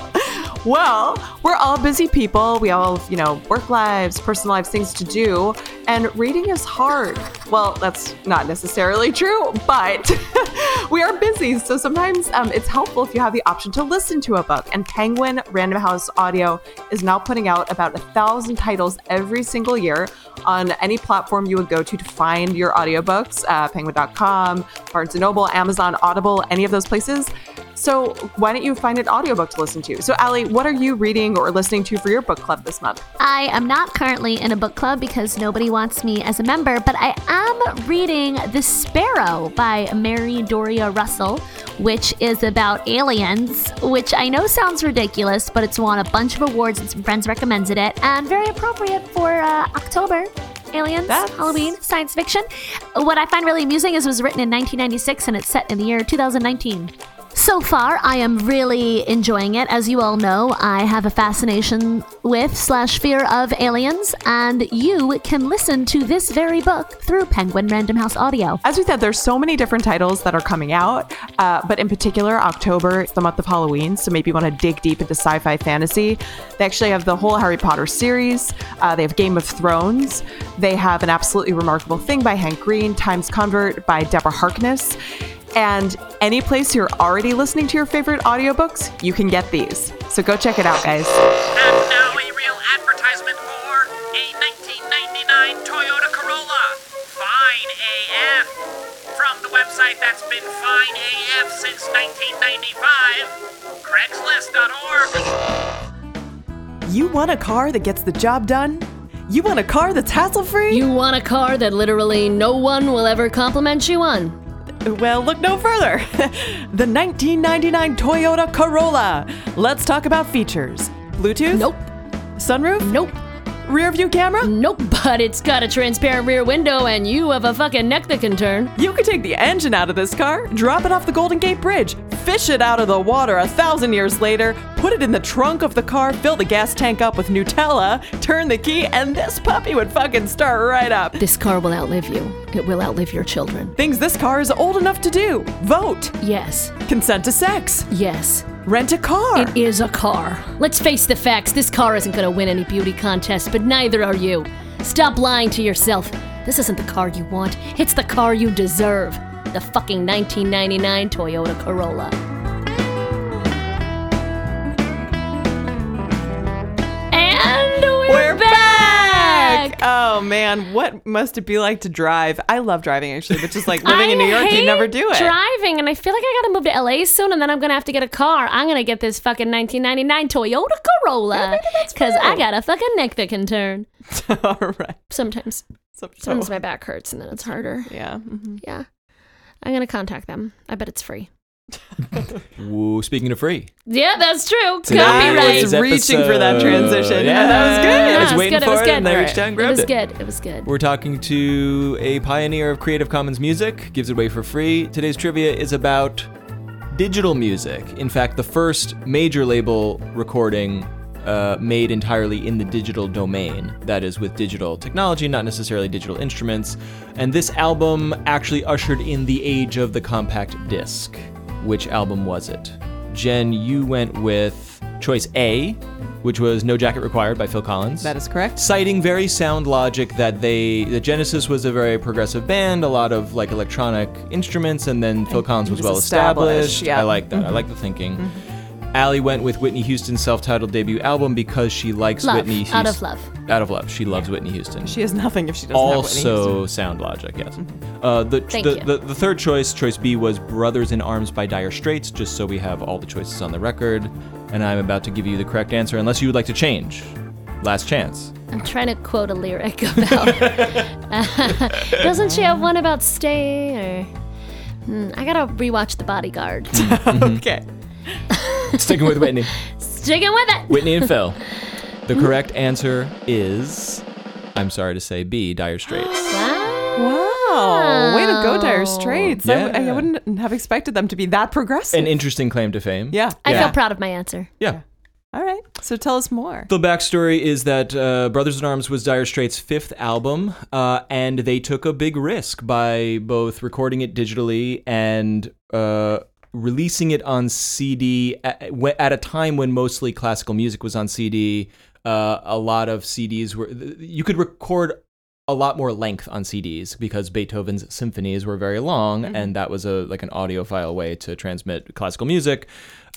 S3: Well, we're all busy people. We all, have, you know, work lives, personal lives, things to do, and reading is hard. Well, that's not necessarily true, but [laughs] we are busy. So sometimes um, it's helpful if you have the option to listen to a book. And Penguin Random House Audio is now putting out about a thousand titles every single year on any platform you would go to to find your audiobooks uh, penguin.com, Barnes and Noble, Amazon, Audible, any of those places. So why don't you find an audiobook to listen to? So, Allie, what are you reading or listening to for your book club this month?
S4: I am not currently in a book club because nobody wants me as a member, but I am reading The Sparrow by Mary Doria Russell, which is about aliens, which I know sounds ridiculous, but it's won a bunch of awards and some friends recommended it, and very appropriate for uh, October. Aliens,
S3: That's-
S4: Halloween, science fiction. What I find really amusing is it was written in 1996 and it's set in the year 2019. So far, [laughs] I am really enjoying it. As you all know, I have a fascination with slash fear of aliens, and you can listen to this very book through Penguin Random House Audio.
S3: As we said, there's so many different titles that are coming out, uh, but in particular, October is the month of Halloween, so maybe you want to dig deep into sci-fi fantasy. They actually have the whole Harry Potter series. Uh, they have Game of Thrones. They have an absolutely remarkable thing by Hank Green, Times Convert by Deborah Harkness. And any place you're already listening to your favorite audiobooks, you can get these. So go check it out, guys.
S2: And now a real advertisement for a 1999 Toyota Corolla. Fine AF. From the website that's been fine AF since 1995, Craigslist.org.
S3: You want a car that gets the job done? You want a car that's hassle free?
S4: You want a car that literally no one will ever compliment you on.
S3: Well, look no further. [laughs] the 1999 Toyota Corolla. Let's talk about features Bluetooth?
S4: Nope,
S3: Sunroof?
S4: nope,
S3: Rear view camera?
S4: nope, [laughs] but it's got a transparent rear window and you have a fucking neck that can turn.
S3: You could take the engine out of this car, drop it off the Golden Gate Bridge, fish it out of the water a thousand years later, put it in the trunk of the car, fill the gas tank up with Nutella, turn the key, and this puppy would fucking start right up.
S4: This car will outlive you. It will outlive your children.
S3: Things this car is old enough to do vote,
S4: Yes,
S3: consent to sex,
S4: yes,
S3: rent a car.
S4: it is a car. Let's face the facts this car isn't gonna win any beauty contests, but neither are you. Stop lying to yourself. This isn't the car you want, it's the car you deserve. The fucking 1999 Toyota Corolla. And we're, back!
S3: Oh man, what must it be like to drive? I love driving actually, but just
S4: [laughs]
S3: like living in New York, you
S4: hate
S3: never do it.
S4: Driving, and I feel like I gotta move to LA soon, and then I'm gonna have to get a car. I'm gonna get this fucking 1999 Toyota Corolla because I got a fucking neck that can turn.
S3: [laughs] All right.
S4: Sometimes,
S3: So- so-
S4: sometimes my back hurts, and then it's harder.
S3: yeah. mhm.
S4: Yeah, I'm gonna contact them. I bet it's free.
S5: Woo, speaking of free.
S4: Yeah, that's true.
S5: Today
S3: I was
S4: Copyright.
S5: is
S3: reaching for that
S5: episode.
S3: transition.
S5: Yeah.
S3: That was good.
S5: I was
S4: No, it was
S5: waiting
S4: good, it
S5: for
S4: was
S5: it,
S4: good.
S5: and I reached out and
S4: It
S5: grabbed
S4: was
S5: it.
S4: good. It was good.
S5: We're talking to a pioneer of Creative Commons music, gives it away for free. Today's trivia is about digital music. In fact, the first major label recording uh, made entirely in the digital domain, that is, with digital technology, not necessarily digital instruments. And this album actually ushered in the age of the compact disc. Which album was it? Jen, you went with choice A, which was No Jacket Required by Phil Collins
S3: That is correct.
S5: citing very sound logic that they the Genesis was a very progressive band, a lot of like electronic instruments, and then Phil Collins was,
S3: was
S5: well
S3: established,
S5: established.
S3: yeah.
S5: I like that. I like the thinking. Allie went with Whitney Houston's self-titled debut album because she likes
S4: Love.
S5: Whitney
S4: Out
S5: Houston-
S4: of love.
S5: Out of love. She loves Whitney Houston.
S3: She has nothing if she doesn't have Whitney
S5: also sound logic, yes. Uh, the,
S4: Thank
S5: the,
S4: you.
S5: the the third choice, choice B, was "Brothers in Arms" by Dire Straits. Just so we have all the choices on the record, and I'm about to give you the correct answer, unless you would like to change. Last chance.
S4: I'm trying to quote a lyric [laughs] about. doesn't she have one about stay or? Hmm, I gotta rewatch The
S5: [laughs]
S4: Bodyguard.
S3: Houston. [laughs] Okay.
S5: Sticking with Whitney.
S4: Sticking with it.
S5: Whitney and Phil. The correct answer is, I'm sorry to say, B, Dire Straits.
S4: Wow.
S3: Wow. Way to go,
S4: Oh.
S3: Dire Straits. I- I,
S5: Yeah.
S3: wouldn't have expected them to be that progressive.
S5: An interesting claim to fame.
S3: yeah.
S4: I
S5: Yeah.
S4: feel proud of my answer.
S5: Yeah.
S3: All right. So tell us more.
S5: The backstory is that uh, Brothers in Arms was Dire Straits' fifth album, uh, and they took a big risk by both recording it digitally and uh, releasing it on CD at, at a time when mostly classical music was on CD. Uh, a lot of CDs were you could record a lot more length on CDs because Beethoven's symphonies were very long, and that was a like an audiophile way to transmit classical music.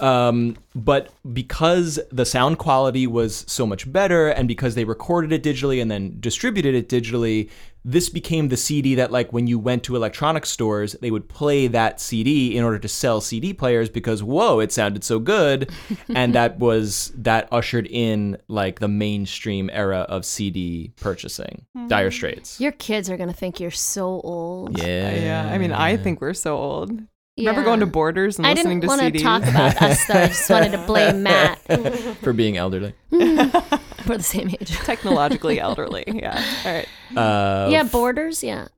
S5: Um, but because the sound quality was so much better, and because they recorded it digitally and then distributed it digitally, this became the CD that like when you went to electronic stores, they would play that CD in order to sell CD players because whoa, it sounded
S3: [laughs]
S5: so good, and that was that ushered in like the mainstream era of CD purchasing.
S3: Mm-hmm.
S5: Dire Straits.
S4: Your kids are gonna think you're so old.
S5: Yeah.
S3: Yeah. I mean, I think we're so old. Remember going to Borders and
S4: I
S3: listening
S4: didn't
S3: to
S4: want to
S3: CDs?
S4: talk about us, though. I just wanted
S3: [laughs]
S4: to blame Matt.
S5: for being elderly.
S4: We're the same age.
S3: Technologically elderly. Yeah. All right.
S5: Uh,
S4: Yeah,
S3: [laughs]
S4: borders. Yeah.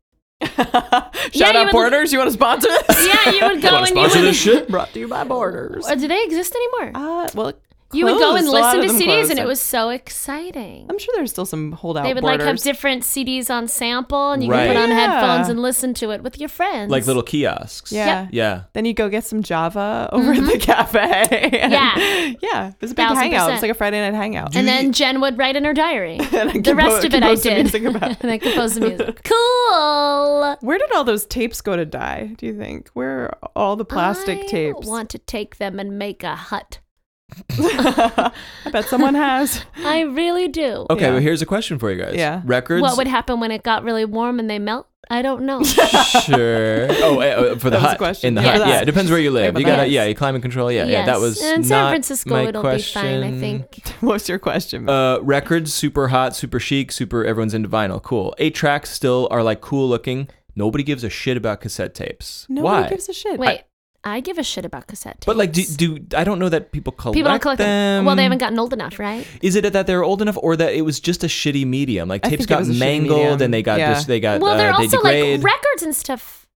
S4: Yeah,
S3: Shout
S4: you
S3: out
S4: would-
S3: Borders. You want to sponsor this?
S4: Yeah, you would go
S5: Wanna
S4: and you
S3: [laughs]
S4: would.
S5: shit?
S3: Brought to you by Borders.
S4: [laughs] Or do they exist anymore?
S3: Uh, well,
S4: you would go and
S3: closed. A lot
S4: listen
S3: of
S4: to
S3: them
S4: CDs,
S3: closed.
S4: and it was so exciting.
S3: I'm sure there's still some holdout.
S4: They would
S3: borders.
S4: like have different CDs on sample, and you
S5: Right.
S4: could put on
S3: Yeah.
S4: headphones and listen to it with your friends.
S5: Like little kiosks.
S3: Yeah.
S5: Yeah.
S3: Then you go get some Java over at the cafe.
S4: Mm-hmm. Yeah.
S3: [laughs] yeah. It was a big
S4: Thousand
S3: hangout. It's
S4: percent.
S3: like a Friday night hangout.
S4: And then Jen would write in her
S3: [laughs]
S4: diary. the
S3: compo-
S4: rest of it I
S3: compose the
S4: did.
S3: music about-
S4: [laughs] and I composed the music. Cool.
S3: Where did all those tapes go to die? Do you think? Where are all the plastic
S4: I
S3: tapes?
S4: want to take them and make a hut.
S3: I bet someone
S4: [laughs]
S3: has. [laughs]
S4: I really do.
S5: Okay,
S3: Yeah.
S5: well, here's a question for you guys.
S3: Yeah.
S5: Records?
S4: What would happen when it got really warm and they melt? I don't know.
S5: sure. Oh, uh, uh, for the
S3: That was a
S5: hut.
S3: question.
S5: In the
S3: Yeah.
S5: hut.
S3: For the
S5: Yeah,
S3: hut.
S5: it depends where you live.
S3: about
S5: You
S3: the
S5: gotta,
S4: hut.
S5: yeah, you climate control. [laughs] Yeah, yeah. That
S4: Yes.
S5: was
S4: in San
S5: not
S4: Francisco.
S5: my
S4: It'll be fine. I
S5: question.
S4: think.
S5: [laughs]
S3: What's your question?
S5: Uh, records super hot, super chic, super everyone's into vinyl. Cool. Eight tracks still are like cool looking. Nobody gives a shit about cassette tapes.
S3: Nobody
S5: Why?
S3: gives a shit.
S4: Wait, I, give a shit about cassette tapes.
S5: But like, do, do I don't know that people collect,
S4: people don't collect them.
S5: them.
S4: Well, they haven't gotten old enough, right?
S5: Is it that they're old enough, or that it was just a shitty medium? Like
S3: I
S5: tapes
S3: think it
S5: got
S3: was a shitty
S5: mangled,
S3: medium.
S5: and they got
S3: Yeah.
S5: this, they got
S4: well, they're
S5: uh, they
S4: also
S5: degrade.
S4: like records and stuff.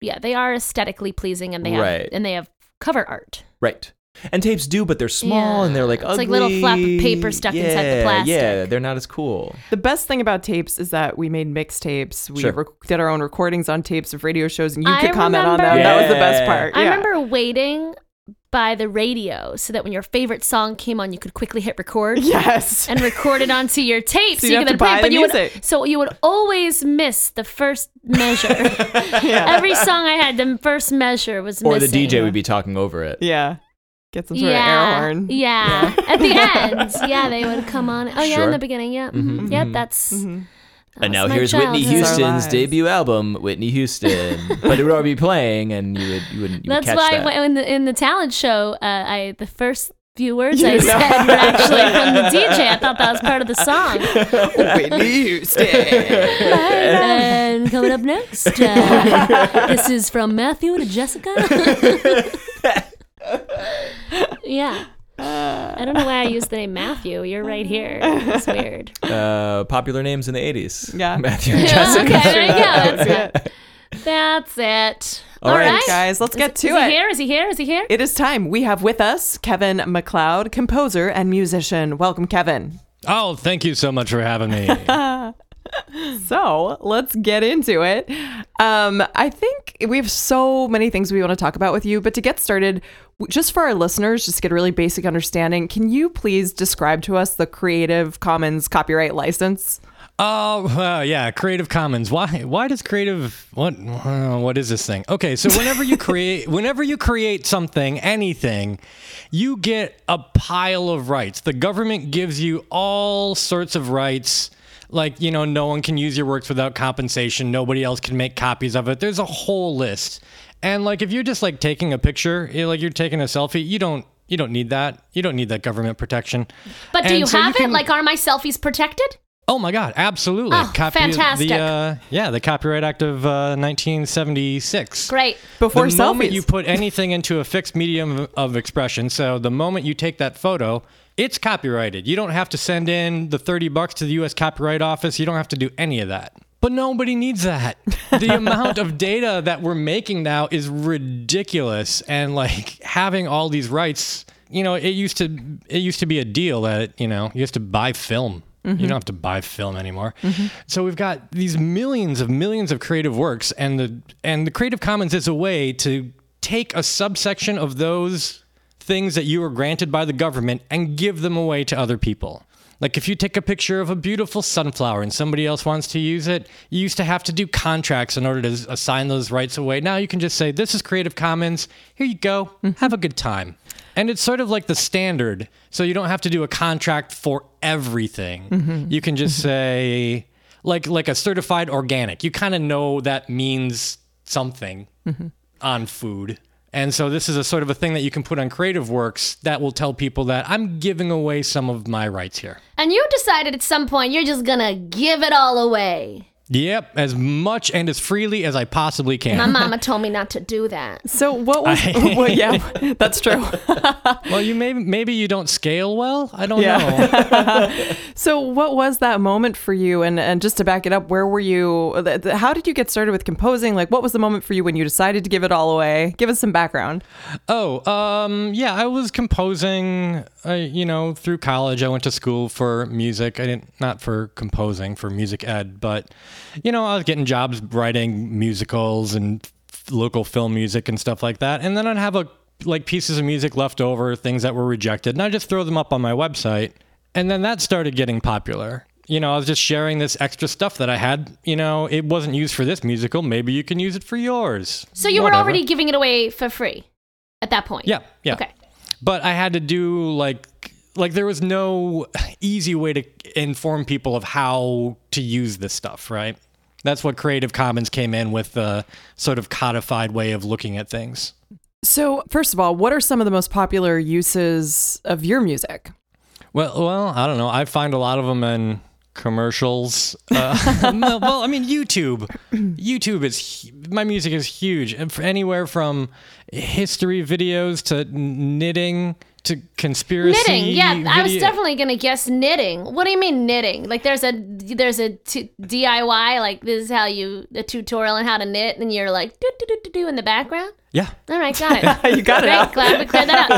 S4: Yeah, they are aesthetically pleasing, and they
S5: Right.
S4: have and they have cover art.
S5: right. And tapes do, but they're small
S4: Yeah.
S5: and they're like
S4: It's
S5: ugly.
S4: like little flap of paper stuck
S5: yeah,
S4: inside the plastic.
S5: Yeah, they're not as cool.
S3: The best thing about tapes is that we made mixtapes. We
S5: Sure.
S3: rec- did our own recordings on tapes of radio shows, and you
S4: I
S3: could comment on them.
S4: remember-
S3: That was the
S5: Yeah.
S3: best part.
S4: I
S3: Yeah.
S4: remember waiting by the radio so that when your favorite song came on, you could quickly hit
S5: [laughs]
S3: [laughs]
S4: record.
S3: Yes.
S4: and record it
S3: [laughs]
S4: onto your tape so,
S3: you'd
S4: you
S3: have
S4: could
S3: to
S4: then play
S3: buy
S4: it. But
S3: the
S4: you
S3: music.
S4: would so you would always miss the first
S3: [laughs]
S4: measure. Every song I had, the first measure was
S5: Or
S4: missing.
S5: the DJ would be talking over it.
S3: yeah. Get some sort of
S4: yeah,
S3: air horn.
S4: yeah. At the end, yeah, they would come on. Oh yeah,
S5: Sure. Mm-hmm.
S4: in the beginning, yeah, mhm, yep. That's
S3: Mm-hmm.
S4: that
S5: And
S4: was
S5: now
S4: my
S5: here's Whitney
S4: childhood.
S3: These are
S5: Houston's
S3: lives.
S5: debut album, Whitney [laughs] Houston. but it would already be playing, and you would you wouldn't you would
S4: That's
S5: catch
S4: why
S5: that.
S4: when- in the in the talent show, uh, I the first few words
S3: You
S4: I
S3: know.
S4: said were
S5: [laughs]
S4: actually from the DJ. I thought that was part of the song.
S3: [laughs] Whitney Houston.
S4: [laughs] And coming up next, uh,
S5: [laughs]
S4: this is from Matthew to Jessica. [laughs] yeah. I don't know why I used the name Matthew. You're right here. It's weird.
S5: uh, popular names in the 80s.
S3: Yeah.
S5: Matthew and
S4: Yeah,
S5: [laughs] Jessica.
S4: Oh, okay, there you go.
S5: [laughs]
S4: That's
S3: [laughs]
S4: it. That's it.
S5: All
S4: All
S5: right,
S4: right.
S3: Guys, let's get to
S4: is
S3: it.
S4: he here? Is he here? Is he here?
S3: It is time. We have with us Kevin McLeod, composer and musician. Welcome, Kevin.
S6: Oh, thank you so much for having me.
S3: So let's get into it. Um, I think we have so many things we want to talk about with you, but to get started, w- just for our listeners, just to get a really basic understanding, can you please describe to us the Creative Commons copyright license?
S6: oh, well, yeah, Creative Commons. Why? Why does Creative? What? uh, what is this thing? Okay, so whenever you create, whenever you create something, anything, you get a pile of rights. The government gives you all sorts of rights. Like you know, no one can use your works without compensation. Nobody else can make copies of it. There's a whole list. And like, if you're just like taking a picture, eh, like you're taking a selfie, you don't you don't need that. You don't need that government protection.
S4: But do
S6: And
S4: you
S6: so
S4: have it?
S6: can-
S4: Like, are my selfies protected?
S6: Oh my God! Absolutely.
S4: Oh, fantastic.
S6: The, uh, yeah, the Copyright Act of uh, 1976.
S4: Great.
S3: Before
S6: the
S3: selfies,
S6: moment you put anything into a fixed medium of- of expression, so the moment you take that photo, it's copyrighted. You don't have to send in the 30 bucks to the U.S. Copyright Office. You don't have to do any of that. But nobody needs that. The amount of data that we're making now is ridiculous, and like having all these rights, you know, it used to it used to be a deal that you know you have to buy film. You don't have to buy film anymore. So we've got these millions of millions of creative works, and the and the Creative Commons is a way to take a subsection of those things that you were granted by the government and give them away to other people. Like if you take a picture of a beautiful sunflower and somebody else wants to use it, you used to have to do contracts in order to s- assign those rights away. Now you can just say, "This is Creative Commons. Here you go. Have a good time." And it's sort of like the standard, so you don't have to do a contract for everything. You can just say, like like a certified organic. You kind of know that means something on food. And so this is a sort of a thing that you can put on creative works that will tell people that I'm giving away some of my rights here.
S4: And you decided at some point you're just gonna give it all away.
S6: [laughs] Yep, as much and as freely as I possibly
S4: My
S6: can.
S4: mama told me not to do that.
S3: so [laughs] what was? well,
S6: [laughs]
S3: yeah, that's true.
S6: well, you may maybe you don't scale well. I don't
S3: Yeah.
S6: know.
S3: So what was that moment for you? And and just to back it up, where were you? th- th- How did you get started with composing? Like, what was the moment for you when you decided to give it all away? Give us some background.
S6: oh, um, yeah, I was composing. Uh, you know, through college, I went to school for music. I didn't not for composing for music ed, but you know, I was getting jobs writing musicals and f- local film music and stuff like that. And then I'd have a like pieces of music left over, things that were rejected, and I just throw them up on my website. And then that started getting popular. You know, I was just sharing this extra stuff that I had. You know, it wasn't used for this musical. Maybe you can use it for yours.
S4: So you were
S6: Whatever.
S4: already giving it away for free at that point.
S6: Yeah, yeah.
S4: Okay.
S6: but I had to do like like there was no easy way to inform people of how to use this stuff, right? That's what Creative Commons came in with the sort of codified way of looking at things.
S3: So, first of all, what are some of the most popular uses of your music?
S6: Well, well, I don't know. I find a lot of them in commercials. Uh, no, [laughs] well, I mean, YouTube. YouTube is hu- my music is huge, and for anywhere from history videos to knitting to conspiracy.
S4: Knitting, yeah, I was
S6: video-
S4: definitely gonna guess knitting. What do you mean knitting? Like there's a there's a t- DIY like this is how you a tutorial on how to knit, and you're like do do do do do in the background.
S6: Yeah.
S4: All right, got
S3: [laughs]
S4: it.
S3: You got it.
S4: Great,
S3: Al.
S4: glad we cleared that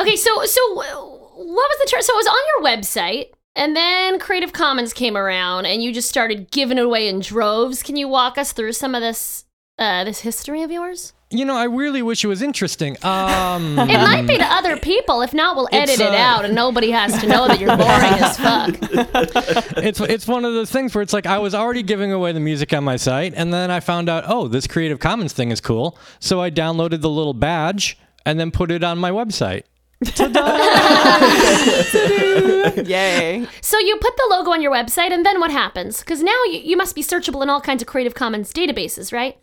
S3: [laughs]
S4: okay, so so wh- what was the term? So it was on your website, and then Creative Commons came around, and you just started giving it away in droves. Can you walk us through some of this uh, this history of yours?
S6: You know, I really wish it was interesting. Um,
S4: It might be to other people. If not, we'll
S6: It's,
S4: edit it
S6: uh,
S4: out, and nobody has to know
S3: [laughs]
S4: that you're boring as fuck.
S6: it's it's one of those things where it's like I was already giving away the music on my site, and then I found out, oh, this Creative Commons thing is cool. So I downloaded the little badge and then put it on my website.
S3: Yay.
S4: So you put the logo on your website, and then what happens? Because now you, you must be searchable in all kinds of Creative Commons databases, right?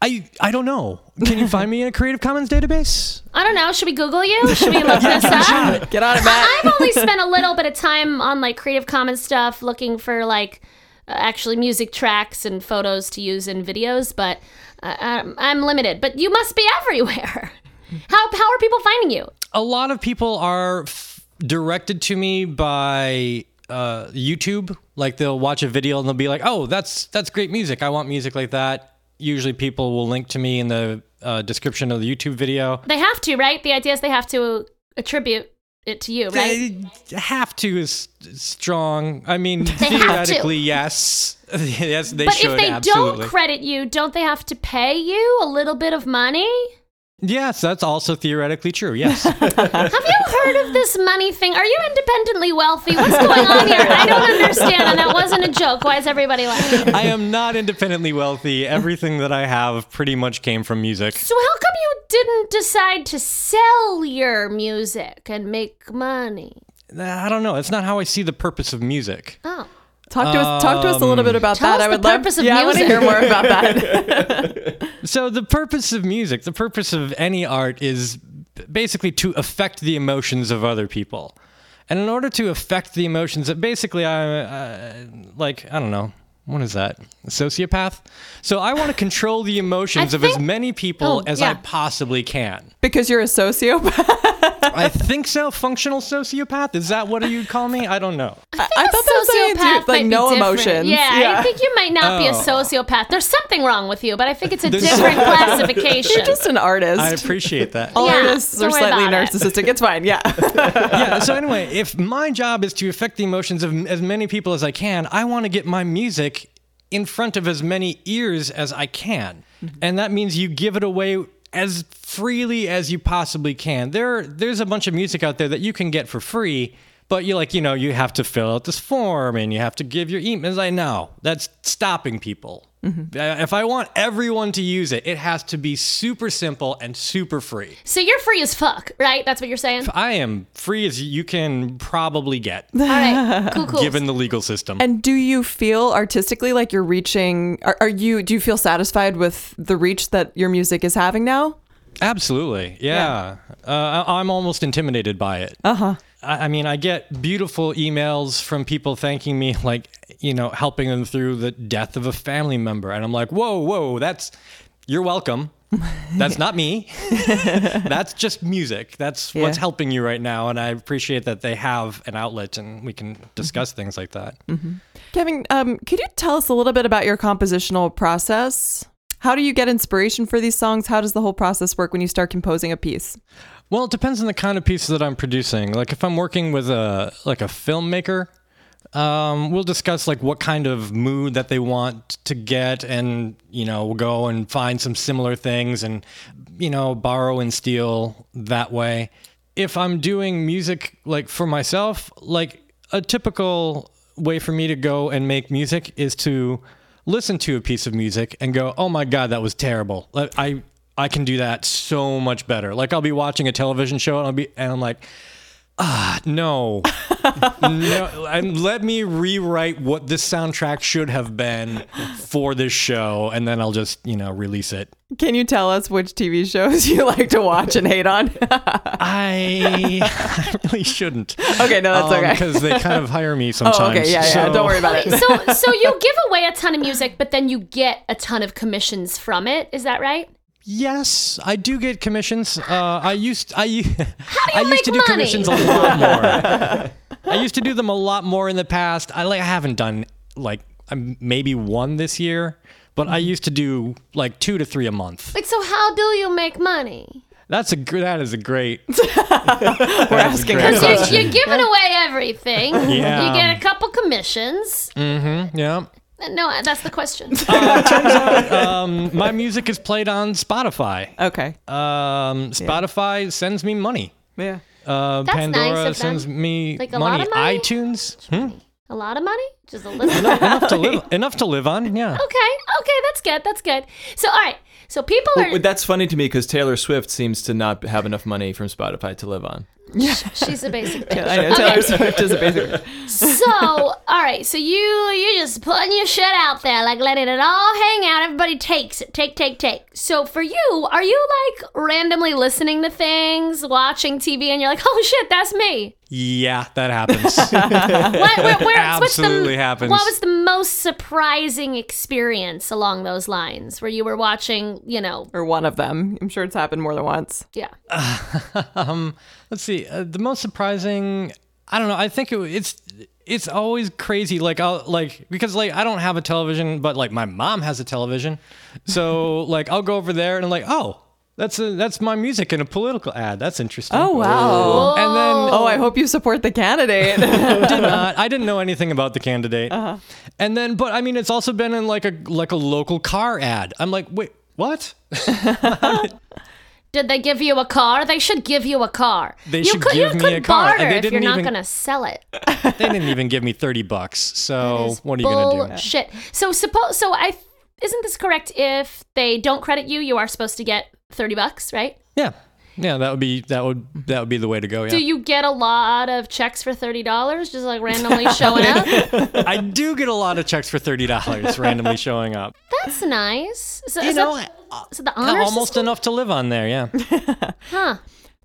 S6: I I don't know. Can you find me in a Creative Commons database?
S4: I don't know. Should we Google you? Should we look this up?
S3: Get on it, Matt.
S4: I've only spent a little bit of time on like Creative Commons stuff, looking for like uh, actually music tracks and photos to use in videos, but uh, I'm, I'm limited. But you must be everywhere. How how are people finding you?
S6: A lot of people are f- directed to me by uh, YouTube. Like they'll watch a video and they'll be like, "Oh, that's that's great music. I want music like that." Usually, people will link to me in the uh, description of the YouTube video.
S4: They have to, right? The idea is they have to attribute it to you, right?
S6: They have to is strong.
S4: [laughs]
S6: I mean,
S4: have to.
S6: theoretically, yes, [laughs] yes, they
S4: But
S6: should.
S4: if they
S6: absolutely.
S4: don't credit you, don't they have to pay you a little bit of money?
S6: yes, that's also theoretically
S4: [laughs]
S6: true. Yes,
S4: Have you heard of this money thing? Are you independently wealthy? What's going on here? I don't understand, and that wasn't a joke. Why is everybody laughing?
S6: I am not independently wealthy. Everything that I have pretty much came from music.
S4: So how come you didn't decide to sell your music and make money?
S6: I don't know. It's not how I see the purpose of music.
S4: Oh.
S3: [laughs] Talk to us. Talk to us a little bit about
S4: Um, Tell
S3: that.
S4: us
S3: I
S4: the
S3: would love.
S4: purpose of
S3: yeah, I want to hear
S4: music.
S3: more about [laughs] that.
S6: So the purpose of music, the purpose of any art is basically to affect the emotions of other people. And in order to affect the emotions, that basically I uh, like I don't know what is that sociopath. So I want to control the emotions
S4: I
S6: of as
S4: think-
S6: many people
S4: Oh,
S6: as I
S4: yeah.
S6: possibly can.
S3: because you're a sociopath.
S6: I think so. Functional sociopath is that what you call me? I don't know.
S3: I, thought that was something to do with, like
S4: might be
S3: no
S4: different.
S3: emotions.
S4: Yeah, I think you might not be a
S6: Oh.
S4: sociopath. There's something wrong with you, but I think it's a
S6: There's-
S4: different classification.
S3: You're just an artist.
S4: [laughs]
S6: I appreciate that.
S3: All
S4: Yeah,
S3: artists are
S4: don't worry
S3: slightly
S4: about it.
S3: narcissistic. It's fine. Yeah.
S6: yeah. So anyway, if my job is to affect the emotions of as many people as I can, I want to get my music in front of as many ears as I can, and that means you give it away as freely as you possibly can. There, there's a bunch of music out there that you can get for free. But you like, you know, you have to fill out this form and you have to give your email. It's like, no, that's stopping people. Uh, If I want everyone to use it, it has to be super simple and super free.
S4: so you're free as fuck, right? That's what you're saying? All
S6: I am free as you can probably get,
S4: right. Cool, cool.
S6: given the legal system.
S3: And do you feel artistically like you're reaching? Are, are you? Do you feel satisfied with the reach that your music is having now?
S6: Absolutely, yeah. Uh, I, I'm almost intimidated by it. Uh huh. I, I mean, I get beautiful emails from people thanking me, like you know, helping them through the death of a family member, and I'm like, whoa, whoa, that's you're welcome. That's not me. [laughs] That's just music. That's what's
S3: Yeah.
S6: helping you right now, and I appreciate that they have an outlet and we can discuss things like that.
S3: Kevin, um, could you tell us a little bit about your compositional process? How do you get inspiration for these songs? How does the whole process work when you start composing a piece?
S6: Well, it depends on the kind of pieces that I'm producing. Like if I'm working with a like a filmmaker, um, we'll discuss like what kind of mood that they want to get, and you know we'll go and find some similar things, and you know borrow and steal that way. If I'm doing music like for myself, like a typical way for me to go and make music is to listen to a piece of music and go, "Oh my god, that was terrible." Like, I I can do that so much better. Like I'll be watching a television show and I'll be and I'm like, ah, no, no, and let me rewrite what this soundtrack should have been for this show, and then I'll just you know release it.
S3: Can you tell us which TV shows [laughs] you like to watch and hate on?
S6: I, [laughs] I really shouldn't.
S3: okay, no, that's okay.
S6: because they kind of hire me sometimes.
S3: [laughs] Oh, okay, yeah, yeah.
S6: so-
S3: Don't worry about it.
S4: so so you give away a ton of music, but then you get a ton of commissions from it. Is that right?
S6: Yes, I do get commissions. Uh, I used I [laughs] u- I used
S4: make
S6: to do
S4: money?
S6: commissions a
S3: [laughs]
S6: lot more. I used to do them a lot more in the past. I like I haven't done like I'm maybe one this year, but
S3: Mm-hmm.
S6: I used to do like two to three a month.
S4: Like, so how do you make money?
S6: That's a gr- that is a great.
S3: [laughs] We're asking
S6: great
S3: her
S6: question.
S3: question.
S4: You're, you're
S6: [laughs]
S4: giving away everything.
S6: Yeah.
S4: You get a couple commissions.
S6: Yeah,
S4: No, uh, that's the
S5: [laughs]
S4: question.
S5: Oh.
S6: my music is played on Spotify.
S3: Okay.
S6: Um, Spotify sends me money.
S3: Yeah.
S6: Uh,
S4: That's nice
S6: Pandora
S4: of them.
S6: sends me
S4: Like a lot
S6: money.
S4: of money? [laughs]
S6: iTunes
S4: a lot of money? Just a little bit.
S6: enough to live enough to live on. Yeah.
S4: Okay, okay, that's good, that's good. So, all right, so people are.
S5: Well, that's funny to me because Taylor Swift seems to not have enough money from Spotify to live on.
S4: she's a basic
S5: [laughs]
S4: bitch.
S3: I know. Taylor Swift is a basic.
S4: So, all right, so you you just putting your shit out there, like letting it all hang out. Everybody takes it, take, take, take. So for you, are you like randomly listening to things, watching TV, and you're like, oh shit, that's me.
S6: Yeah, that happens.
S4: What, where, where, what's
S6: Absolutely
S4: the,
S6: happens.
S4: What was the most surprising experience along those lines, where you were watching, you know,
S3: [laughs] Or one of them. I'm sure it's happened more than once.
S4: yeah,
S6: Let's see. Uh, the most surprising. I don't know. I think it, it's it's always crazy. Like I'll like because like I don't have a television, but like my mom has a television. So [laughs] like I'll go over there and I'm like, oh, that's a, that's my music in a political ad. That's interesting.
S3: Oh, wow.
S6: And then
S3: Oh, I hope you support the candidate. [laughs]
S6: did not. I didn't know anything about the candidate.
S3: Uh-huh.
S6: And then, but I mean, it's also been in like a like a local car ad. I'm like, wait, what?
S4: Did they give you a car? They should give you a car.
S6: They
S4: you
S6: should
S4: could,
S6: give
S4: you
S6: me
S4: could
S6: a car, and
S4: barter
S6: they
S4: if you're
S6: didn't
S4: not
S6: even-
S4: going to sell it.
S6: they didn't even give me thirty bucks. So Oh, what are you gonna do?
S4: Bullshit. So suppose so I isn't this correct if they don't credit you, you are supposed to get 30 bucks, right?
S6: Yeah. Yeah, that would be that would that would be the way to go. Yeah,
S4: Do you get a lot of checks for $30 just like
S6: [laughs]
S4: randomly showing up?
S6: I do get a lot of checks for thirty dollars randomly showing up.
S4: That's nice. So,
S6: You
S4: is
S6: know,
S4: that-
S6: uh,
S4: so the honor
S6: almost
S4: system?
S6: enough to live on there. Yeah,
S4: Huh.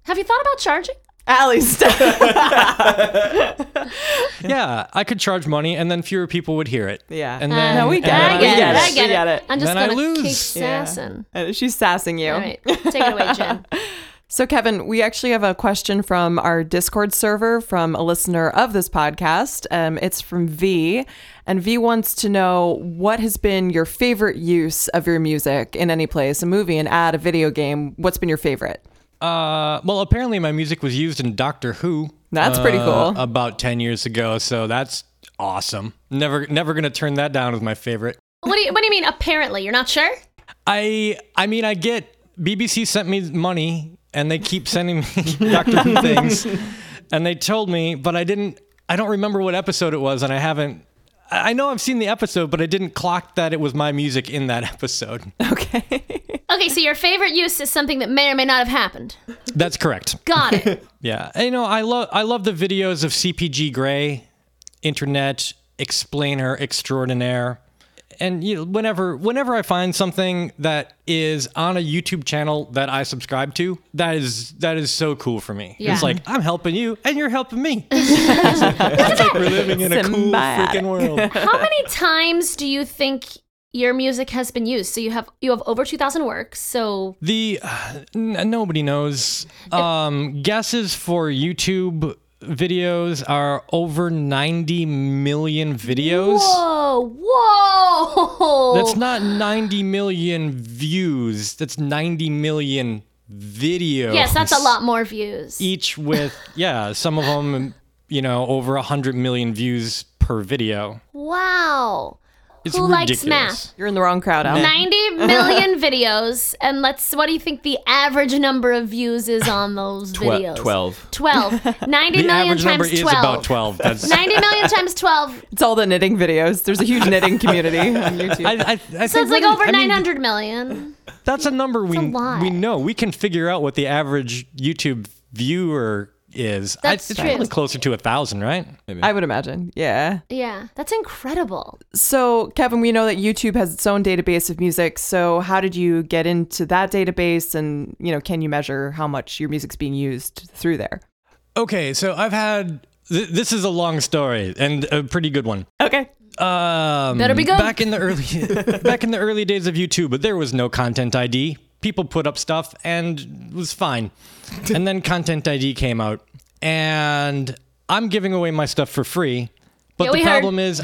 S4: Have you thought about charging?
S3: Allie,
S4: [laughs]
S3: stop.
S6: [laughs] yeah, I could charge money, and then fewer people would hear it.
S3: Yeah. Ah.
S6: and then
S3: No, we get
S6: and
S3: it.
S4: I
S6: then-
S3: We
S4: get,
S3: get
S4: it. I
S3: it.
S4: get,
S3: We
S4: it.
S3: get it.
S4: I'm just
S6: Then I
S4: gonna keep
S6: lose.
S3: Yeah.
S4: sassing.
S3: Uh, She's sassing you.
S4: All right. Take it away, Jen.
S3: So, Kevin, we actually have a question from our Discord server from a listener of this podcast. Um, it's from V, and V wants to know what has been your favorite use of your music in any place, a movie, an ad, a video game. What's been your favorite? [laughs]
S6: Uh, well, apparently my music was used in Doctor Who.
S3: That's pretty
S6: uh,
S3: cool.
S6: About ten years ago, so that's awesome. Never, never gonna turn that down as my favorite.
S4: What do you what do you mean apparently? You're not sure?
S6: I I mean I get BBC sent me money and they keep sending me [laughs] Doctor Who things and they told me, but I didn't I don't remember what episode it was and I haven't I I know I've seen the episode, but I didn't clock that it was my music in that [laughs] episode.
S3: Okay.
S4: Okay, so your favorite use is something that may or may not have happened.
S6: That's correct.
S4: Got it.
S6: Yeah. And, You know, I love I love the videos of CPG Grey, internet explainer extraordinaire. And you know, whenever whenever I find something that is on a YouTube channel that I subscribe to, that is that is so cool for me.
S4: Yeah.
S6: It's like I'm helping you and you're helping me. it's like we're living in a cool
S3: Symbiotic.
S6: freaking world.
S4: How many times do you think your music has been used? So you have you have over two thousand works. So
S6: The [sighs] n- nobody knows. Um, guesses for YouTube videos are over 90 million videos.
S4: whoa, whoa,
S6: That's not 90 million views. That's 90 million videos.
S4: yes, that's a lot more views.
S6: Each with, yeah, some of them, you know, over 100 million views per video.
S4: Wow.
S6: It's
S4: Who likes
S6: ridiculous.
S4: math?
S3: You're in the wrong crowd, Al.
S6: [laughs]
S4: 90 million videos, and let's, what do you think the average number of views is on those videos?
S5: 12.
S4: 12. 90
S6: [laughs] The
S4: million
S6: average number
S4: times
S6: is
S4: 12.
S6: about 12. That's, I,
S4: 90 million times
S6: [laughs]
S4: 12,
S3: It's all the knitting videos. There's a huge knitting community on YouTube.
S6: I, I think
S4: so it's like
S6: what-
S4: over
S6: I mean,
S4: 900 million.
S6: That's a number we
S4: a lot.
S6: we know. We can figure out what the average YouTube viewer is. I-
S4: That's
S6: it's
S4: true.
S6: probably closer to a thousand, right?
S3: I would imagine. Yeah.
S4: Yeah, that's incredible.
S3: So, Kevin, we know that YouTube has its own database of music. So, how did you get into that database and, you know, can you measure how much your music's being used through there?
S6: Okay, so I've had th- this is a long story and a pretty good one.
S3: Okay.
S6: Um,
S4: Better be good.
S6: Back in the early [laughs] back in the early days of YouTube, but there was no content ID. People put up stuff and it was fine. And then content ID came out, and I'm giving away my stuff for free. But
S4: Yeah, we
S6: the
S4: heard. [laughs]
S6: problem is,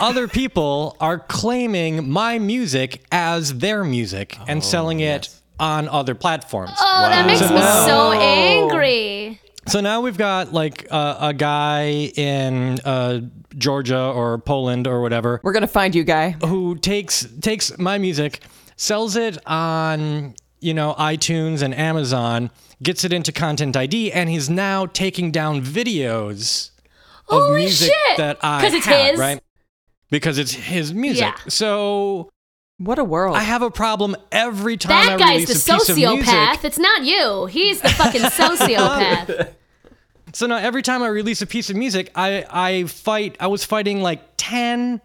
S6: other people are claiming my music as their music and selling it on other platforms.
S4: Oh, that makes me so angry.
S6: So now we've got like uh, a guy in uh, Georgia or Poland or whatever
S3: We're going to find you, guy.
S6: who takes takes my music, sells it on you know iTunes and Amazon, gets it into Content ID, and he's now taking down videos of
S4: Holy
S6: music
S4: shit!
S6: that I
S4: 'Cause it's
S6: have,
S4: his.
S6: right? Because it's his music.
S4: Yeah.
S6: So
S3: What a world.
S6: I have a problem every time
S4: That
S6: I
S4: guy's the
S6: release a piece of music.
S4: sociopath. It's not you. He's the
S6: [laughs]
S4: fucking sociopath.
S6: So now every time I release a piece of music, I I fight. I was fighting like 10,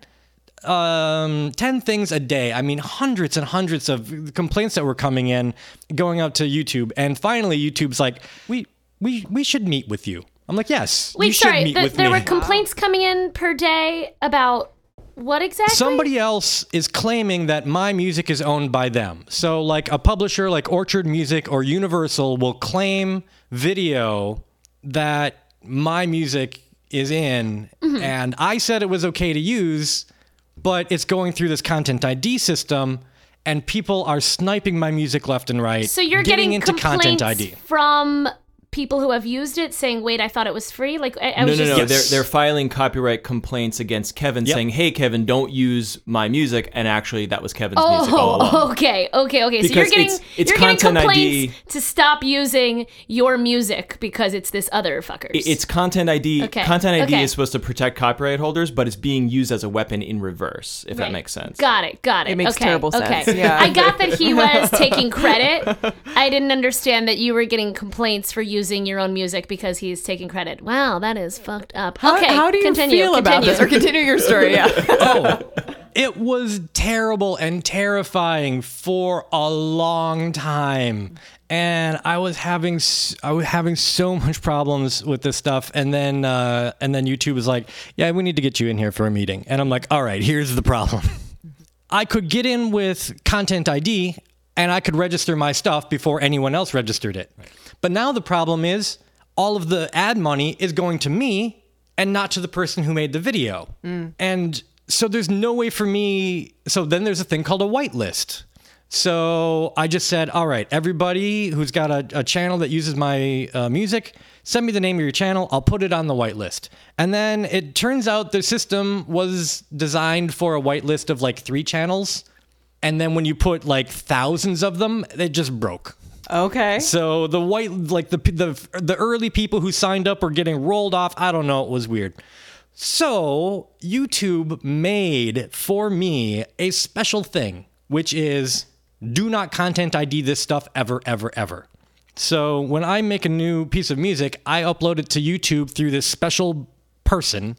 S6: um, 10 things a day. I mean, hundreds and hundreds of complaints that were coming in, going out to YouTube, and finally YouTube's like, we we we should meet with you. I'm like, yes,
S4: Wait,
S6: you should
S4: sorry.
S6: meet
S4: th-
S6: with
S4: there
S6: me.
S4: were complaints coming in per day about what exactly?
S6: Somebody else is claiming that my music is owned by them. So, like a publisher like Orchard Music or Universal will claim video that my music is in,
S4: Mm-hmm.
S6: and I said it was okay to use, but it's going through this Content ID system, and people are sniping my music left and right.
S4: So you're
S6: getting,
S4: getting,
S6: into
S4: complaints
S6: Content ID.
S4: from people who have used it saying, "Wait, I thought it was free." Like I, I
S5: No,
S4: was
S5: no,
S4: just
S5: no.
S6: Yes.
S5: They're, they're filing copyright complaints against Kevin
S6: Yep.
S5: saying, hey, Kevin, don't use my music. And actually, that was Kevin's music all along.
S4: Oh, okay, okay, okay. so you're
S5: Because
S4: getting
S5: it's- it's
S4: you're getting
S5: Content
S4: complaints
S5: ID.
S4: to stop using your music because it's this other fuckers.
S5: It- It's content ID.
S4: Okay,
S5: Content ID
S4: okay.
S5: is supposed to protect copyright holders, but it's being used as a weapon in reverse, if that
S4: Right.
S5: makes sense.
S4: Got it. Got it.
S3: It makes
S4: okay,
S3: terrible
S4: okay.
S3: sense, yeah.
S4: I got that
S3: [laughs]
S4: he was taking credit. I didn't understand that you were getting complaints for using your own music because he's taking credit. Wow, that is fucked up.
S3: How-
S4: okay.
S3: how, do you
S4: continue,
S3: feel
S4: continue.
S3: about this? [laughs] Or continue your story.
S6: [laughs]
S3: Yeah.
S6: oh, it was terrible and terrifying for a long time. And I was having s- I was having so [laughs] much problems with this stuff, and then uh, and then YouTube was like, "Yeah, we need to get you in here for a meeting." And I'm like, "All right, here's the problem. [laughs] I could get in with Content ID, and I could register my stuff before anyone else registered it. But now the problem is all of the ad money is going to me and not to the person who made the video. And so there's no way for me. So then there's a thing called a whitelist. So I just said, all right, everybody who's got a, a channel that uses my uh, music, send me the name of your channel. I'll put it on the whitelist. And then it turns out the system was designed for a whitelist of like three channels. And then when you put like thousands of them, it just broke.
S3: Okay.
S6: So the white, like the the the early people who signed up were getting rolled off. I don't know. It was weird. So YouTube made for me a special thing, which is do not content ID this stuff ever, ever, ever. So when I make a new piece of music, I upload it to YouTube through this special person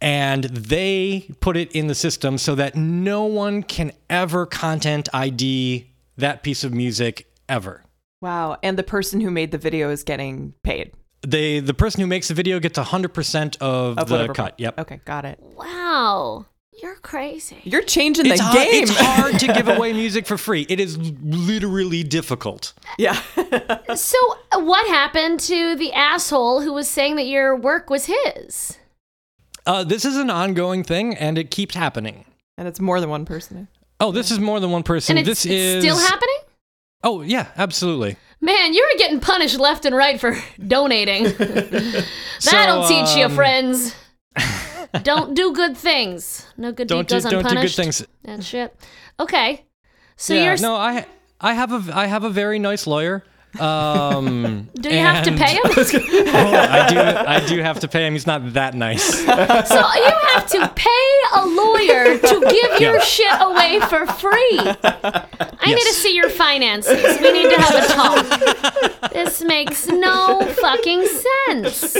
S6: and they put it in the system so that no one can ever content ID that piece of music ever.
S3: Wow. And the person who made the video is getting paid.
S6: They the person who makes the video gets 100% of,
S3: Of
S6: the
S3: whatever-
S6: cut. Yep.
S3: Okay. Got it.
S4: Wow. You're crazy.
S3: You're changing
S6: It's
S3: the
S6: hard,
S3: game.
S6: it's hard to
S4: [laughs]
S6: give away music for free. It is literally difficult.
S3: [laughs] yeah.
S4: So uh, what happened to the asshole who was saying that your work was his?
S6: Uh, this is an ongoing thing and it keeps happening.
S3: and it's more than one person.
S6: Oh, this is more than one person.
S4: and it's,
S6: this
S4: it's
S6: is
S4: still happening?
S6: Oh, yeah, absolutely.
S4: Man, you were getting punished [laughs]
S6: [laughs]
S4: left and right for donating. That'll teach you,
S6: um,
S4: friends. don't do good things. No good
S6: Don't
S4: deed
S6: do,
S4: goes
S6: don't do good
S4: unpunished.
S6: things.
S4: That shit. Okay. So
S6: yeah,
S4: you're.
S6: no, I I have a I have a very nice lawyer. Um, [laughs]
S4: do you have to
S6: and- [laughs]
S4: pay him?
S6: I do I do have to pay him. He's not
S4: [laughs]
S6: that nice.
S4: so you have to pay a lawyer to give your
S6: Yeah.
S4: shit away for free. I need to
S6: Yes.
S4: see your finances. We need to have a talk. This makes no fucking sense.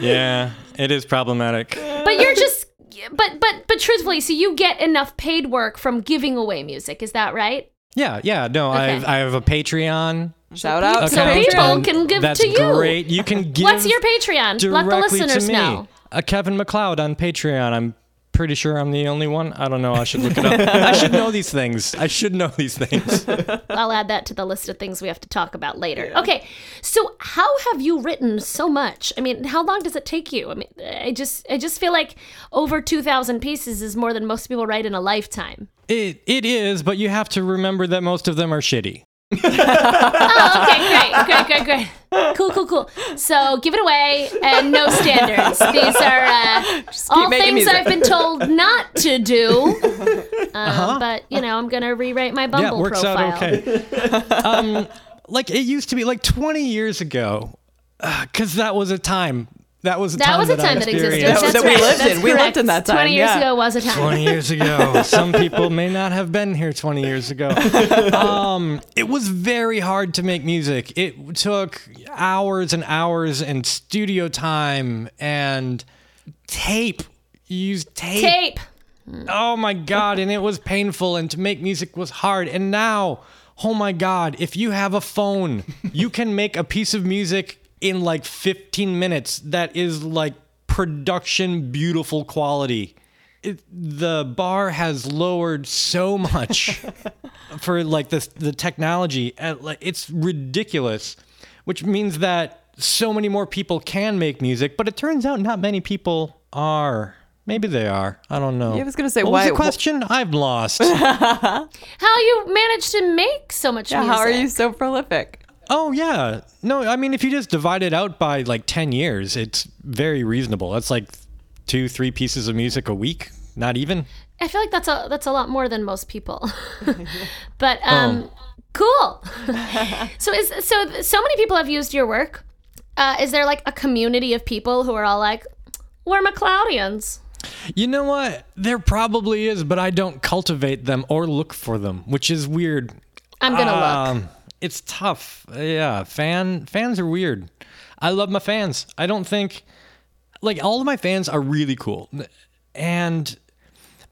S6: Yeah, it is problematic.
S4: But you're just but but but truthfully, so you get enough paid work from giving away music, is that right?
S6: Yeah, yeah. No,
S4: Okay.
S6: I I have a Patreon.
S3: Shout out.
S4: So
S6: account,
S4: people
S6: and
S4: can give
S6: that's
S4: to you.
S6: Great. You can give.
S4: What's your Patreon? Let the
S6: directly
S4: listeners
S6: to me.
S4: know.
S6: Uh, Kevin McLeod on Patreon. I'm pretty sure I'm the only one. I don't know. I should look it up. I should know these things. I should know
S4: [laughs]
S6: these things.
S4: I'll add that to the list of things we have to talk about later. Okay, so how have you written so much? I mean, how long does it take you? I mean, I just I just feel like over two thousand pieces is more than most people write in
S3: [laughs]
S4: a lifetime.
S6: It it is, but you have to remember that most of them are shitty.
S4: Oh, okay, great, great, great, great. Cool, cool, cool. So give it away and no standards. These are uh, all
S3: making
S4: things
S3: music.
S4: I've
S3: [laughs]
S4: been told not to do. Um,
S3: Uh-huh.
S4: But you know, I'm gonna rewrite my Bumble
S6: yeah, it works
S4: profile.
S6: out okay.
S4: [laughs]
S6: um, like it used to be, like 20 years ago, because that was a time. That was a
S4: That
S6: time
S4: was a
S6: that I
S4: time that existed.
S6: experienced.
S4: That's
S3: That we
S4: right.
S3: lived in.
S4: That's
S3: We lived
S4: correct.
S3: in that time,
S4: Twenty years
S3: yeah.
S4: ago was a time.
S6: 20 years ago. Some people may not have been here 20 years ago. Um, it was very hard to make music. It took hours and hours and studio time and tape. You used tape.
S4: Tape.
S6: Oh my God. And it was painful. And to make music was hard. And now, oh my God, if you have a phone, you can make a piece of music in like 15 minutes that is like production beautiful quality. It, the bar has lowered so much [laughs] for like the the technology. Uh, like, It's ridiculous, which means that so many more people can make music. But it turns out not many people are. Maybe they are. I don't know.
S3: Yeah, I was gonna say,
S6: what was
S3: why-
S6: the question? I've
S3: [laughs]
S6: lost.
S4: How you managed to make so much
S3: Yeah,
S4: music?
S3: how are you so prolific?
S6: oh yeah. No, I mean if you just divide it out by like ten years, it's very reasonable. That's like two, three pieces of music a week. Not even.
S4: I feel like that's a that's a lot more than most
S3: [laughs]
S4: people. but
S6: Oh.
S4: um, cool. so is so so many people have used your work. Uh, is there like a community of people who are all like, we're McLeodians?
S6: You know what? There probably is, but I don't cultivate them or look for them, which is weird.
S4: I'm gonna look.
S6: Um, it's tough. Yeah, fan fans are weird. I love my fans. I don't think like all of my fans are really cool, and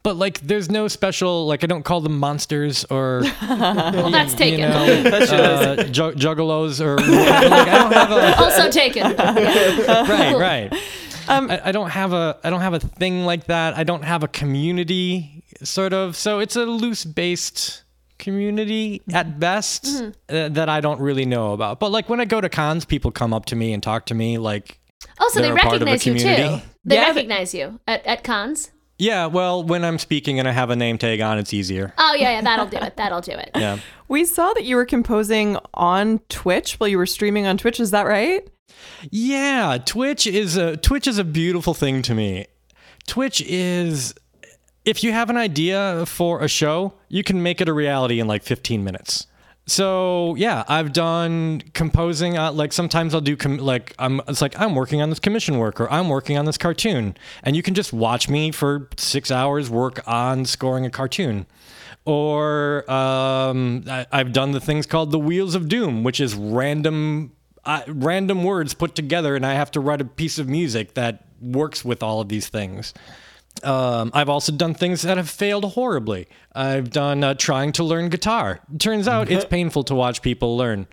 S6: but like there's no special like I don't call them monsters or
S4: Well, [laughs] that's taken.
S6: you know uh, ju- juggalos or whatever. like I don't have a
S3: [laughs]
S4: Also taken.
S6: right right I, I don't have a i don't have a thing like that i don't have a community sort of so it's a loose based community at best uh, that i don't really know about but like when i go to cons people come up to me and talk to me like
S4: Also, they
S6: They're a part of a
S4: recognize you too.
S6: community.
S4: They
S3: Yeah, they-
S4: recognize you at, at cons.
S6: yeah well when i'm speaking and i have a name tag on it's easier
S4: Oh yeah, yeah, that'll do it. That'll do it.
S6: [laughs] yeah
S3: We saw that you were composing on Twitch while you were streaming on Twitch. Is that right?
S6: Yeah, Twitch is a Twitch is a beautiful thing to me. Twitch is if you have an idea for a show, you can make it a reality in like 15 minutes. So yeah, I've done composing. Uh, like sometimes I'll do com- like I'm. It's like I'm working on this commission work or I'm working on this cartoon, and you can just watch me for six hours work on scoring a cartoon. Or um, I, I've done the things called the Wheels of Doom, which is random I, random words put together, and I have to write a piece of music that works with all of these things. Um, I've also done things that have failed horribly. I've done uh, trying to learn guitar. Turns out it's painful to watch people learn.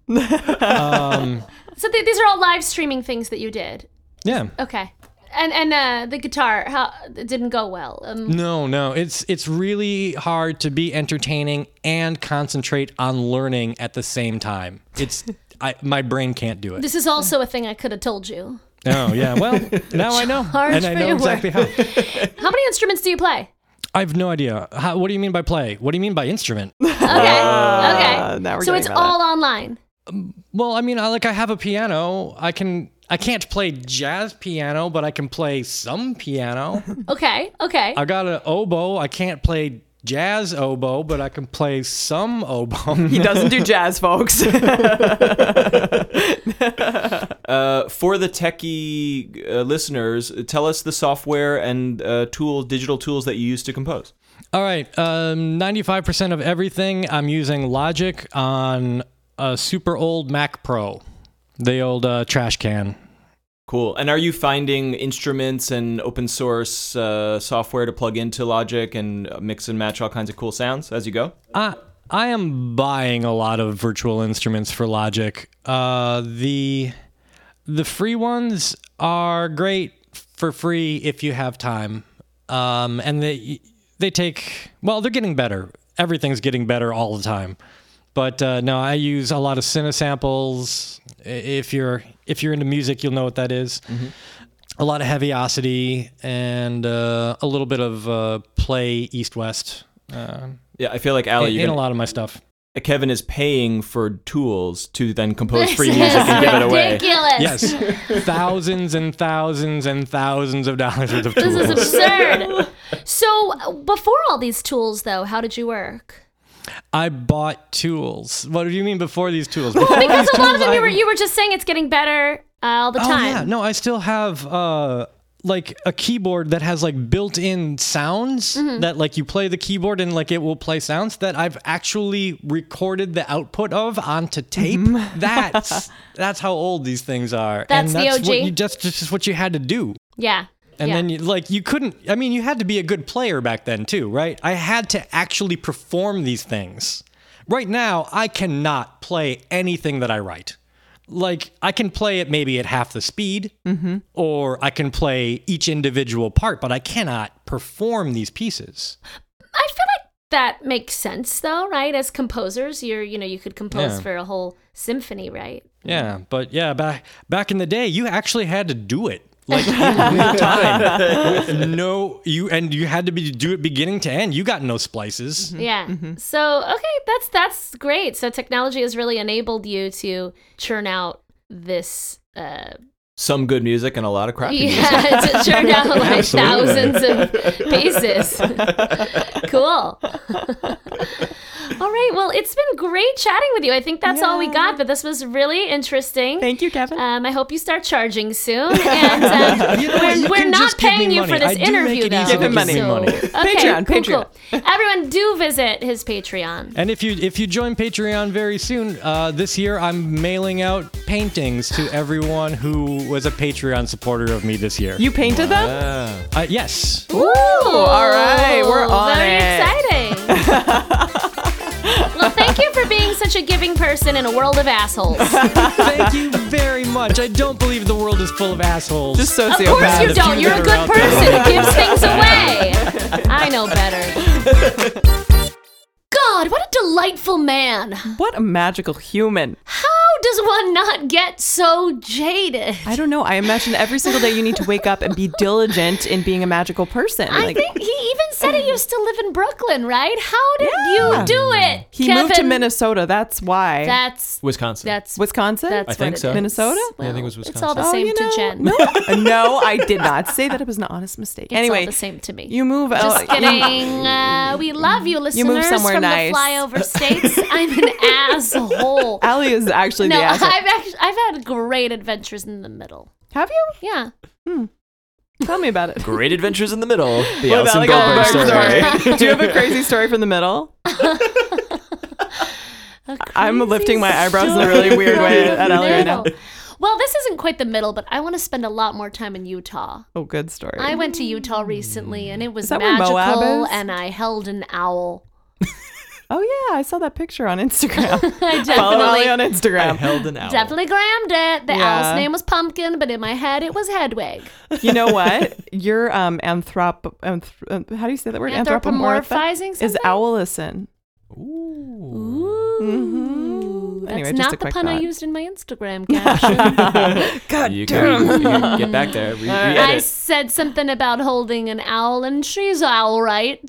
S4: So th- these are all live streaming things that you did.
S6: Yeah.
S4: Okay. And and uh, the guitar how it didn't go well. Um,
S6: No, no, it's it's really hard to be entertaining and concentrate on learning at the same time. It's I, my brain
S4: [laughs]
S6: can't do it.
S4: this is also a thing I could have told you.
S6: Oh yeah,
S4: [laughs]
S6: well now I know,
S4: Charge
S6: and I
S4: for your
S6: know exactly how.
S4: How many instruments do you play?
S6: I have no idea. How, what do you mean by play? What do you mean by
S4: [laughs]
S6: instrument?
S4: Okay. okay.
S3: Uh, now we're
S4: so
S3: getting
S4: it's
S3: about
S4: all online.
S6: Well, I mean, I, like I have a piano. I can I can't play jazz piano, but I can play some piano.
S4: Okay, okay.
S6: I got an oboe. I can't play jazz oboe, but I can play some oboe.
S3: [laughs]
S6: [laughs]
S3: He doesn't do
S4: [laughs]
S3: jazz, folks. [laughs]
S5: for the techie uh, listeners, tell us the software and uh, tool, digital tools that you use to compose.
S6: All right, um, 95% of everything I'm using Logic on a super old Mac Pro, the old uh, trash can.
S5: Cool. And are you finding instruments and open source uh, software to plug into Logic and uh, mix and match all kinds of cool sounds as you go?
S6: I I am buying a lot of virtual instruments for Logic. Uh, the the free ones are great for free if you have time, um, and they they take well they're getting better. Everything's getting better all the time, but uh, no, I use a lot of Cinesamples. I- If you're if you're into music, you'll know what that is. A lot of heaviosity and uh, a little bit of uh, play east west. Uh,
S5: Yeah, I feel like Ali,
S6: in,
S5: you're
S6: in a
S5: gonna,
S6: lot of my stuff.
S5: Kevin is paying for tools to then compose
S4: [laughs]
S5: free music and give it away.
S4: ridiculous.
S6: Yes,
S4: [laughs]
S6: thousands and thousands and thousands of dollars worth of
S4: This is
S6: tools.
S4: absurd. so, uh, before all these tools, though, how did you work?
S6: I bought tools. What do you mean before these
S4: [laughs]
S6: tools? Before
S4: Because
S6: these
S4: a lot of
S6: tools,
S4: them,
S6: I-
S4: you were, you were just saying it's getting better uh, all the
S6: oh
S4: time.
S6: yeah, no, I still have uh, like a keyboard that has like built-in sounds
S4: Mm-hmm.
S6: that like you play the keyboard and like it will play sounds that I've actually recorded the output of onto tape. That's that's how old these things are,
S4: Mm-hmm. That's
S6: and
S4: the
S6: that's what
S4: OG.
S6: you just just what you had to do.
S4: Yeah.
S6: And
S4: yeah.
S6: then, you, like, you couldn't. I mean, you had to be a good player back then, too, right? I had to actually perform these things. Right now, I cannot play anything that I write. Like, I can play it maybe at half the speed, or I can play each individual part, but I cannot perform these pieces.
S4: I feel like that makes sense, though, right? As composers, you're, you know, you could compose
S6: Yeah.
S4: for a whole symphony, right?
S6: Yeah, but yeah, back back in the day, you actually had to do it like in real time. With no, you and you had to be do it beginning to end. You got no splices.
S4: Yeah.
S6: Mm-hmm.
S4: So, okay, that's that's great. So, technology has really enabled you to churn out this uh
S5: Some good music and a lot of crappy music.
S4: yeah, [laughs] to churn out like
S6: Absolutely.
S4: thousands of
S6: [laughs]
S4: pieces. cool. all right. Well, it's been great chatting with you. I think that's all we
S3: Yeah.
S4: got, but this was really interesting.
S3: Thank you, Kevin.
S4: Um, I hope you start charging soon. And um,
S6: You know what?
S4: we're,
S6: [laughs] You
S4: we're
S6: can
S4: not
S6: just give me
S4: paying you
S6: money.
S4: for this
S6: I do make
S4: interview,
S6: it
S4: though.
S6: easy
S3: Give him to give me money. money.
S4: Okay,
S3: Patreon,
S4: cool,
S3: Patreon.
S4: cool. Everyone, do visit his Patreon.
S6: And if you if you join Patreon very soon uh, this year, I'm mailing out paintings to everyone who was a Patreon supporter of me this year.
S3: you painted them?
S6: uh, yes.
S4: Ooh, all
S3: right, we're on
S4: Very
S3: it. [laughs]
S4: exciting. well, thank you for being such a giving person in a world
S3: [laughs]
S4: of assholes.
S6: Thank you very much. I don't believe the world is full of assholes.
S3: Just
S4: Of course
S3: sociopath.
S4: you
S6: If you
S4: don't. You're a
S6: were
S4: good
S6: out there.
S4: person who gives things away.
S3: [laughs]
S4: I know better. God, what a delightful man.
S3: What a magical human.
S4: How does one not get so jaded?
S3: I don't know. I imagine every single day you need to wake up and be diligent in being a magical person.
S4: I think he even said he used to live in Brooklyn, right? How did
S3: Yeah.
S4: you do it?
S3: he
S4: Kevin?
S3: moved to Minnesota. That's why.
S4: That's
S5: Wisconsin.
S4: that's
S3: Wisconsin?
S4: That's
S5: I think
S4: what it
S5: so.
S4: is.
S3: Minnesota?
S5: Yeah, I think it was
S4: Well, It's all the
S3: Oh,
S4: same
S3: you
S4: to
S3: know,
S4: Jen.
S3: No, [laughs] no, I did not say that. It was an honest mistake.
S4: It's
S3: anyway,
S4: all the same to me.
S3: you move
S4: Just
S3: out.
S4: kidding. Uh, we love you, listeners
S3: move somewhere
S4: from
S3: nice. [laughs]
S4: the flyover states. I'm an asshole.
S3: [laughs] Allie is actually
S4: No,
S3: the
S4: I've
S3: asshole.
S4: actually, I've had great adventures in the middle.
S3: Have you?
S4: Yeah.
S3: Tell me about it.
S5: Great Adventures in the Middle. The
S3: What about Alec
S5: Allison Goldberg
S3: Goldberg's
S5: story.
S3: story? [laughs] Do you have a crazy story from the middle? I'm lifting my eyebrows in a really weird way at Allie right now.
S4: Middle. Well, this isn't quite the middle, but I want to spend a lot more time in Utah.
S3: Oh, good story.
S4: I went to Utah recently, and it was
S3: that where Moab
S4: magical.
S3: is?
S4: And I held an owl.
S3: oh yeah, I saw that picture on Instagram.
S4: I
S3: [laughs] Follow
S4: definitely,
S3: Allie on Instagram.
S5: Held an owl.
S4: definitely grammed it. The
S3: Yeah.
S4: owl's name was Pumpkin, but in my head, it was Hedwig.
S3: You know what? Your um anthrop anthrop how do you say that word?
S4: Anthropomorphizing
S3: is
S4: something?
S3: owlison.
S4: Ooh. That's
S3: Mm-hmm. Anyway, just a
S4: not the
S3: quick
S4: pun I
S3: thought.
S4: used in my
S3: [laughs]
S4: Instagram caption.
S5: You can, you can get back there. Re-
S4: I
S5: re-edit.
S4: said something about holding an owl,
S3: [laughs]
S4: and she's all right.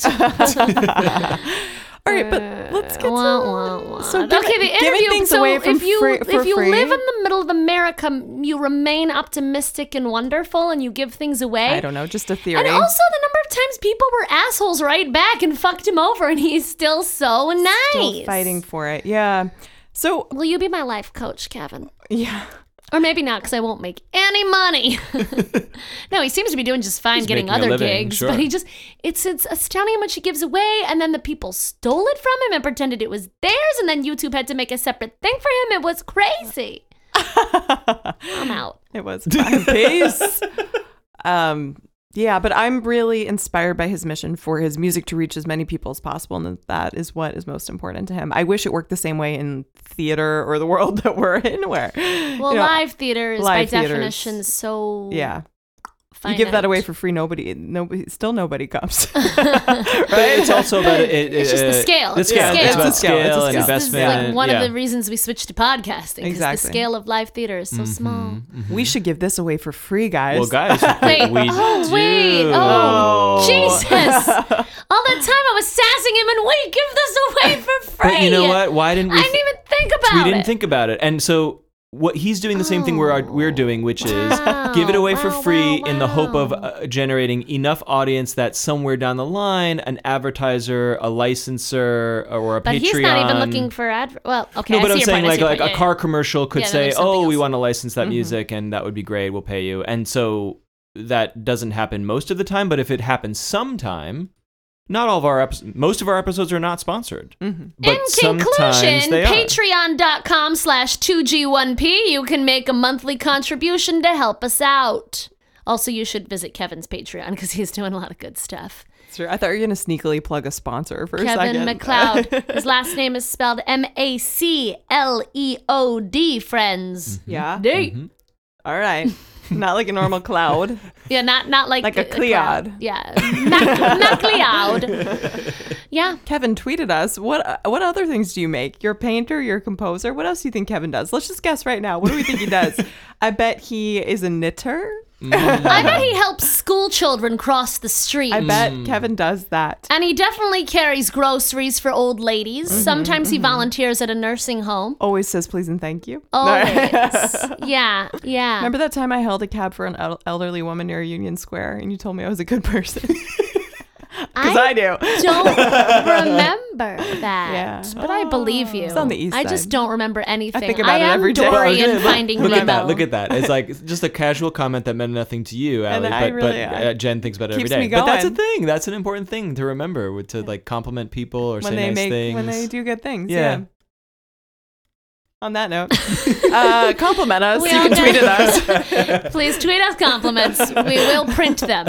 S3: All right, but let's get
S4: Wah,
S3: to
S4: wah, wah.
S3: So give
S4: okay,
S3: it-
S4: the
S3: giving
S4: interview.
S3: things
S4: so
S3: away for
S4: if you
S3: free- for
S4: if you
S3: free.
S4: live in the middle of America, you remain optimistic and wonderful, and you give things away.
S3: I don't know, just a theory.
S4: And also the number of times people were assholes right back and fucked him over, and he's still so nice.
S3: Still fighting for it. Yeah. So
S4: Will you be my life coach, Kevin?
S3: yeah.
S4: Or maybe not, because I won't make any money. [laughs] no, he seems to be doing just fine getting
S5: making a
S4: other
S5: living,
S4: gigs,
S5: sure.
S4: but he just, it's, it's astounding how much he gives away. And then the people stole it from him and pretended it was theirs. And then YouTube had to make a separate thing for him. It
S3: [laughs]
S4: was crazy. I'm out.
S3: It was
S4: [laughs]
S3: my base. um, yeah, but I'm really inspired by his mission for his music to reach as many people as possible, and that is what is most important to him. I wish it worked the same way in theater or the [laughs] world that we're in, where
S4: Well,
S3: you know,
S4: live theater is
S3: live
S4: by
S3: theater is-
S4: definition so.
S3: yeah,
S4: Finite.
S3: you give that away for free, nobody, nobody, still nobody
S4: [laughs]
S3: comes. [laughs]
S5: But it's also about it, it,
S4: It's just the scale.
S5: The
S4: It's
S5: scale.
S4: the scale.
S5: It's
S4: It's
S5: about
S3: the scale. It's the
S5: scale and
S3: scale.
S4: This is
S5: investment.
S4: like
S5: and-
S4: one
S5: yeah.
S4: of the reasons we switched to podcasting
S3: Exactly.
S4: because
S3: Mm-hmm.
S4: the scale of live theater is so small.
S3: we should give this away for free, guys.
S5: Well, guys, we,
S4: [laughs] Wait,
S5: we
S4: oh,
S5: do.
S4: wait. Oh, Jesus. All that time I was sassing him, and we give this away for free.
S5: But you know what? Why didn't we?
S4: I didn't even think about
S5: we
S4: it. Oh.
S5: didn't think about it. And so what he's doing the same thing we're we're doing, which is give it away for
S4: Wow, wow,
S5: free in the
S4: wow.
S5: hope of uh, generating enough audience that somewhere down the line, an advertiser, a licenser, or a
S4: But
S5: Patreon.
S4: he's not even looking for ad. Well, okay.
S5: No,
S4: I
S5: but
S4: see
S5: I'm
S4: your
S5: saying
S4: point, I
S5: like
S4: see your
S5: like
S4: point,
S5: a
S4: yeah,
S5: car commercial could
S4: Yeah, then
S5: say,
S4: there's something
S5: "Oh, we
S4: else."
S5: want to license
S3: Mm-hmm.
S5: that music, and that would be great. We'll pay you." And so that doesn't happen most of the time, but if it happens sometime, not all of our episodes, most of our episodes are not sponsored,
S3: Mm-hmm.
S4: yeah.
S5: but
S4: In
S5: sometimes
S4: conclusion,
S5: they are.
S4: patreon.com slash 2G1P, you can make a monthly contribution to help us out. Also, you should visit Kevin's Patreon because he's doing a lot of good stuff.
S3: Sure, I thought you were gonna sneakily plug a sponsor for a
S4: Kevin
S3: second.
S4: McLeod. His last name is spelled M A C L E O D, friends.
S3: [laughs] yeah.
S4: D.
S3: All
S4: [laughs]
S3: right. Not like a normal cloud.
S4: Yeah, not not like
S3: Like a
S4: cloud.
S3: cleod.
S4: Yeah, not, not
S3: [laughs]
S4: cleod. Yeah,
S3: Kevin tweeted us, "What uh, what other things do you make? You're a painter, you're a composer. What else do you think Kevin does? Let's just guess right now. What do we think he [laughs] does? I bet he is a knitter.
S4: I bet he helps school children cross the street.
S3: I bet Kevin does that.
S4: And he definitely carries groceries for old ladies.
S3: Mm-hmm,
S4: Sometimes he volunteers at a nursing
S3: [laughs]
S4: home.
S3: Always says please and thank you.
S4: Always. yeah, yeah.
S3: Remember that time Oh, I held a cab for an el- elderly woman near Union Square and you told me I was a good [laughs] person? Because I, [laughs] do.
S4: don't remember that.
S3: Yeah.
S4: But I believe you. It's
S3: on the east
S4: I just
S3: side.
S4: don't remember anything. I,
S3: think about it
S4: am
S3: every day.
S4: Dorian
S5: Oh, look at-
S4: finding
S5: look
S4: Nemo.
S5: at that! Look at that!
S3: [laughs]
S5: It's like just a casual comment that meant nothing to you, Allie,
S3: And
S5: but,
S3: I really-
S5: but
S3: I-
S5: uh, Jen thinks about it every
S3: keeps
S5: day.
S3: me
S5: But that's a
S3: going.
S5: thing. That's an important thing to remember with- to like compliment people or
S3: When
S5: say
S3: they
S5: nice
S3: make
S5: things.
S3: when they do good things.
S5: Yeah.
S3: Yeah. On that [laughs] note, uh, compliment us.
S4: We
S3: you
S4: all
S3: can
S4: got-
S3: tweet at us. [laughs]
S4: Please tweet us compliments. We will print them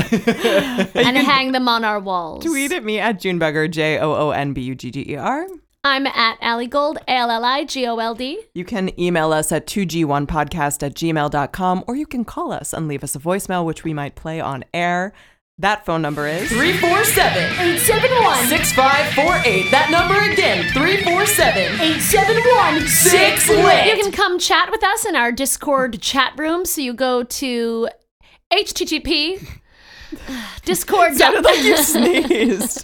S4: and hang them on our walls.
S3: Tweet at me at Junebugger, J O O N B U G G E R.
S4: I'm at Allie Gold, A L L I G O L D.
S3: You can email us at 2g1podcast at gmail.com or you can call us and leave us a voicemail, which we might play on air. That phone number is 347
S4: 871
S3: 6548. That number again, 347
S4: 871
S3: 6
S4: You can come chat with us in our Discord chat room. So you go to HTTP [sighs] Discord.
S3: Sounded like you sneezed.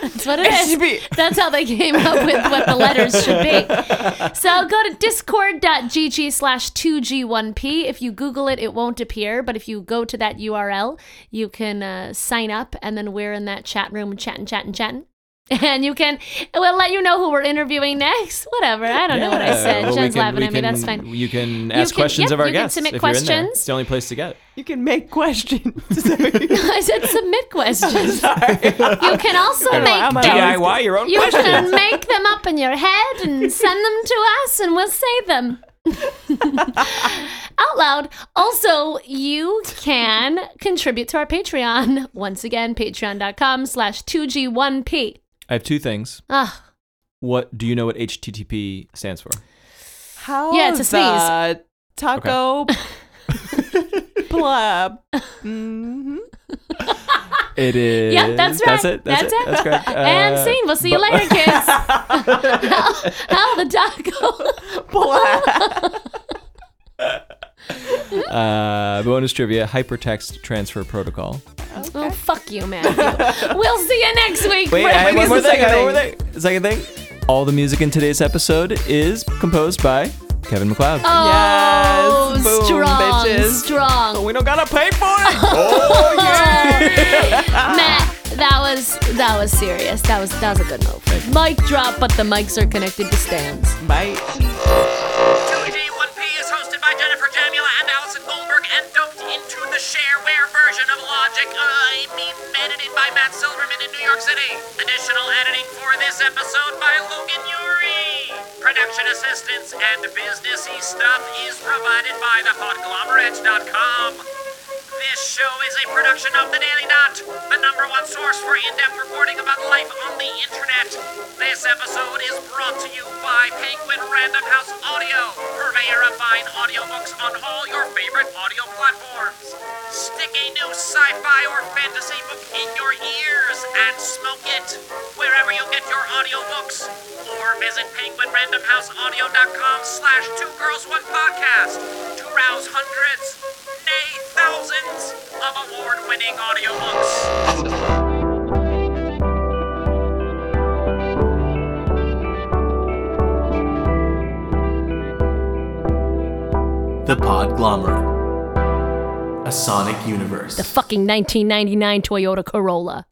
S4: That's what it is.
S3: HTTP.
S4: That's how they came up with what the letters should be. So go to discord.gg slash 2g1p. If you Google it, it won't appear. But if you go to that URL, you can uh, sign up. And then we're in that chat room chatting, chatting, chatting. [laughs] And you can, we'll let you know who we're interviewing next. Whatever. I don't know what I
S5: Yeah,
S4: said.
S5: Uh, well, we
S4: Jen's
S5: can-
S4: laughing
S5: we
S4: at me. That's
S5: can-
S4: fine. [laughs]
S5: You can ask
S4: can-
S5: questions
S4: yep,
S5: of our
S4: you can
S5: guests.
S4: submit
S5: if you're in there.
S4: questions.
S5: It's the only place to get it.
S3: You can make questions. [laughs] Sorry.
S4: I said
S5: [laughs]
S4: submit questions. You can also make
S3: I'm a-
S4: them.
S5: DIY your own
S4: You
S5: questions.
S4: can [laughs] make them up in your head
S5: [laughs]
S4: and send them to us, and we'll say them [laughs] out loud. Also, you can contribute to our Patreon. Once again, patreon.com slash 2G1P.
S5: I have two things.
S4: Ah,
S5: What do you know what HTTP stands for?
S3: How
S4: Yeah, it's a sneeze.
S3: the Taco. [laughs]
S4: [laughs]
S3: Plub.
S5: It is.
S4: [laughs] yeah, that's right.
S5: That's it. That's, it. That's correct.
S4: and
S5: Uh,
S4: scene. We'll see you later,
S5: [laughs]
S4: kids. [laughs] how, how the taco.
S5: uh, bonus trivia: hypertext transfer protocol.
S4: Oh, fuck you, man. we'll see you next week.
S5: Wait,
S4: friends.
S5: I have one more
S3: the
S5: thing. I have
S3: second
S5: one more thing. Second thing.
S7: All the music in today's episode is composed by Kevin McLeod.
S4: Oh,
S3: Yes. Boom,
S4: strong,
S3: bitches.
S4: strong.
S7: we don't gotta pay for
S4: [laughs]
S7: it.
S4: Matt, that was that was serious. That was that was a good move. Mic drop, but the mics are connected to stands.
S3: Bye.
S2: 2G1P is hosted by Jennifer Jamula and Allison Goldberg and dumped into the shareware version of Logic. Uh, I mean, edited by Matt Silverman in New York City. Additional editing for this episode by Logan Urey. Production assistance and businessy stuff is provided by thepodglomerates.com. This show is a production of The Daily Dot, the number one source for in depth reporting about life on the internet. This episode is brought to you by Penguin Random House Audio, purveyor of fine audiobooks on all your favorite audio platforms. Stick a new sci fi or fantasy book in your ears and smoke it wherever you get your audiobooks. Or visit penguinrandomhouseaudio.com slash two girls one podcast to rouse hundreds, nay, thousands of award winning audiobooks.
S8: The Podglomerate. A Sonic Universe.
S4: The fucking 1999 Toyota Corolla.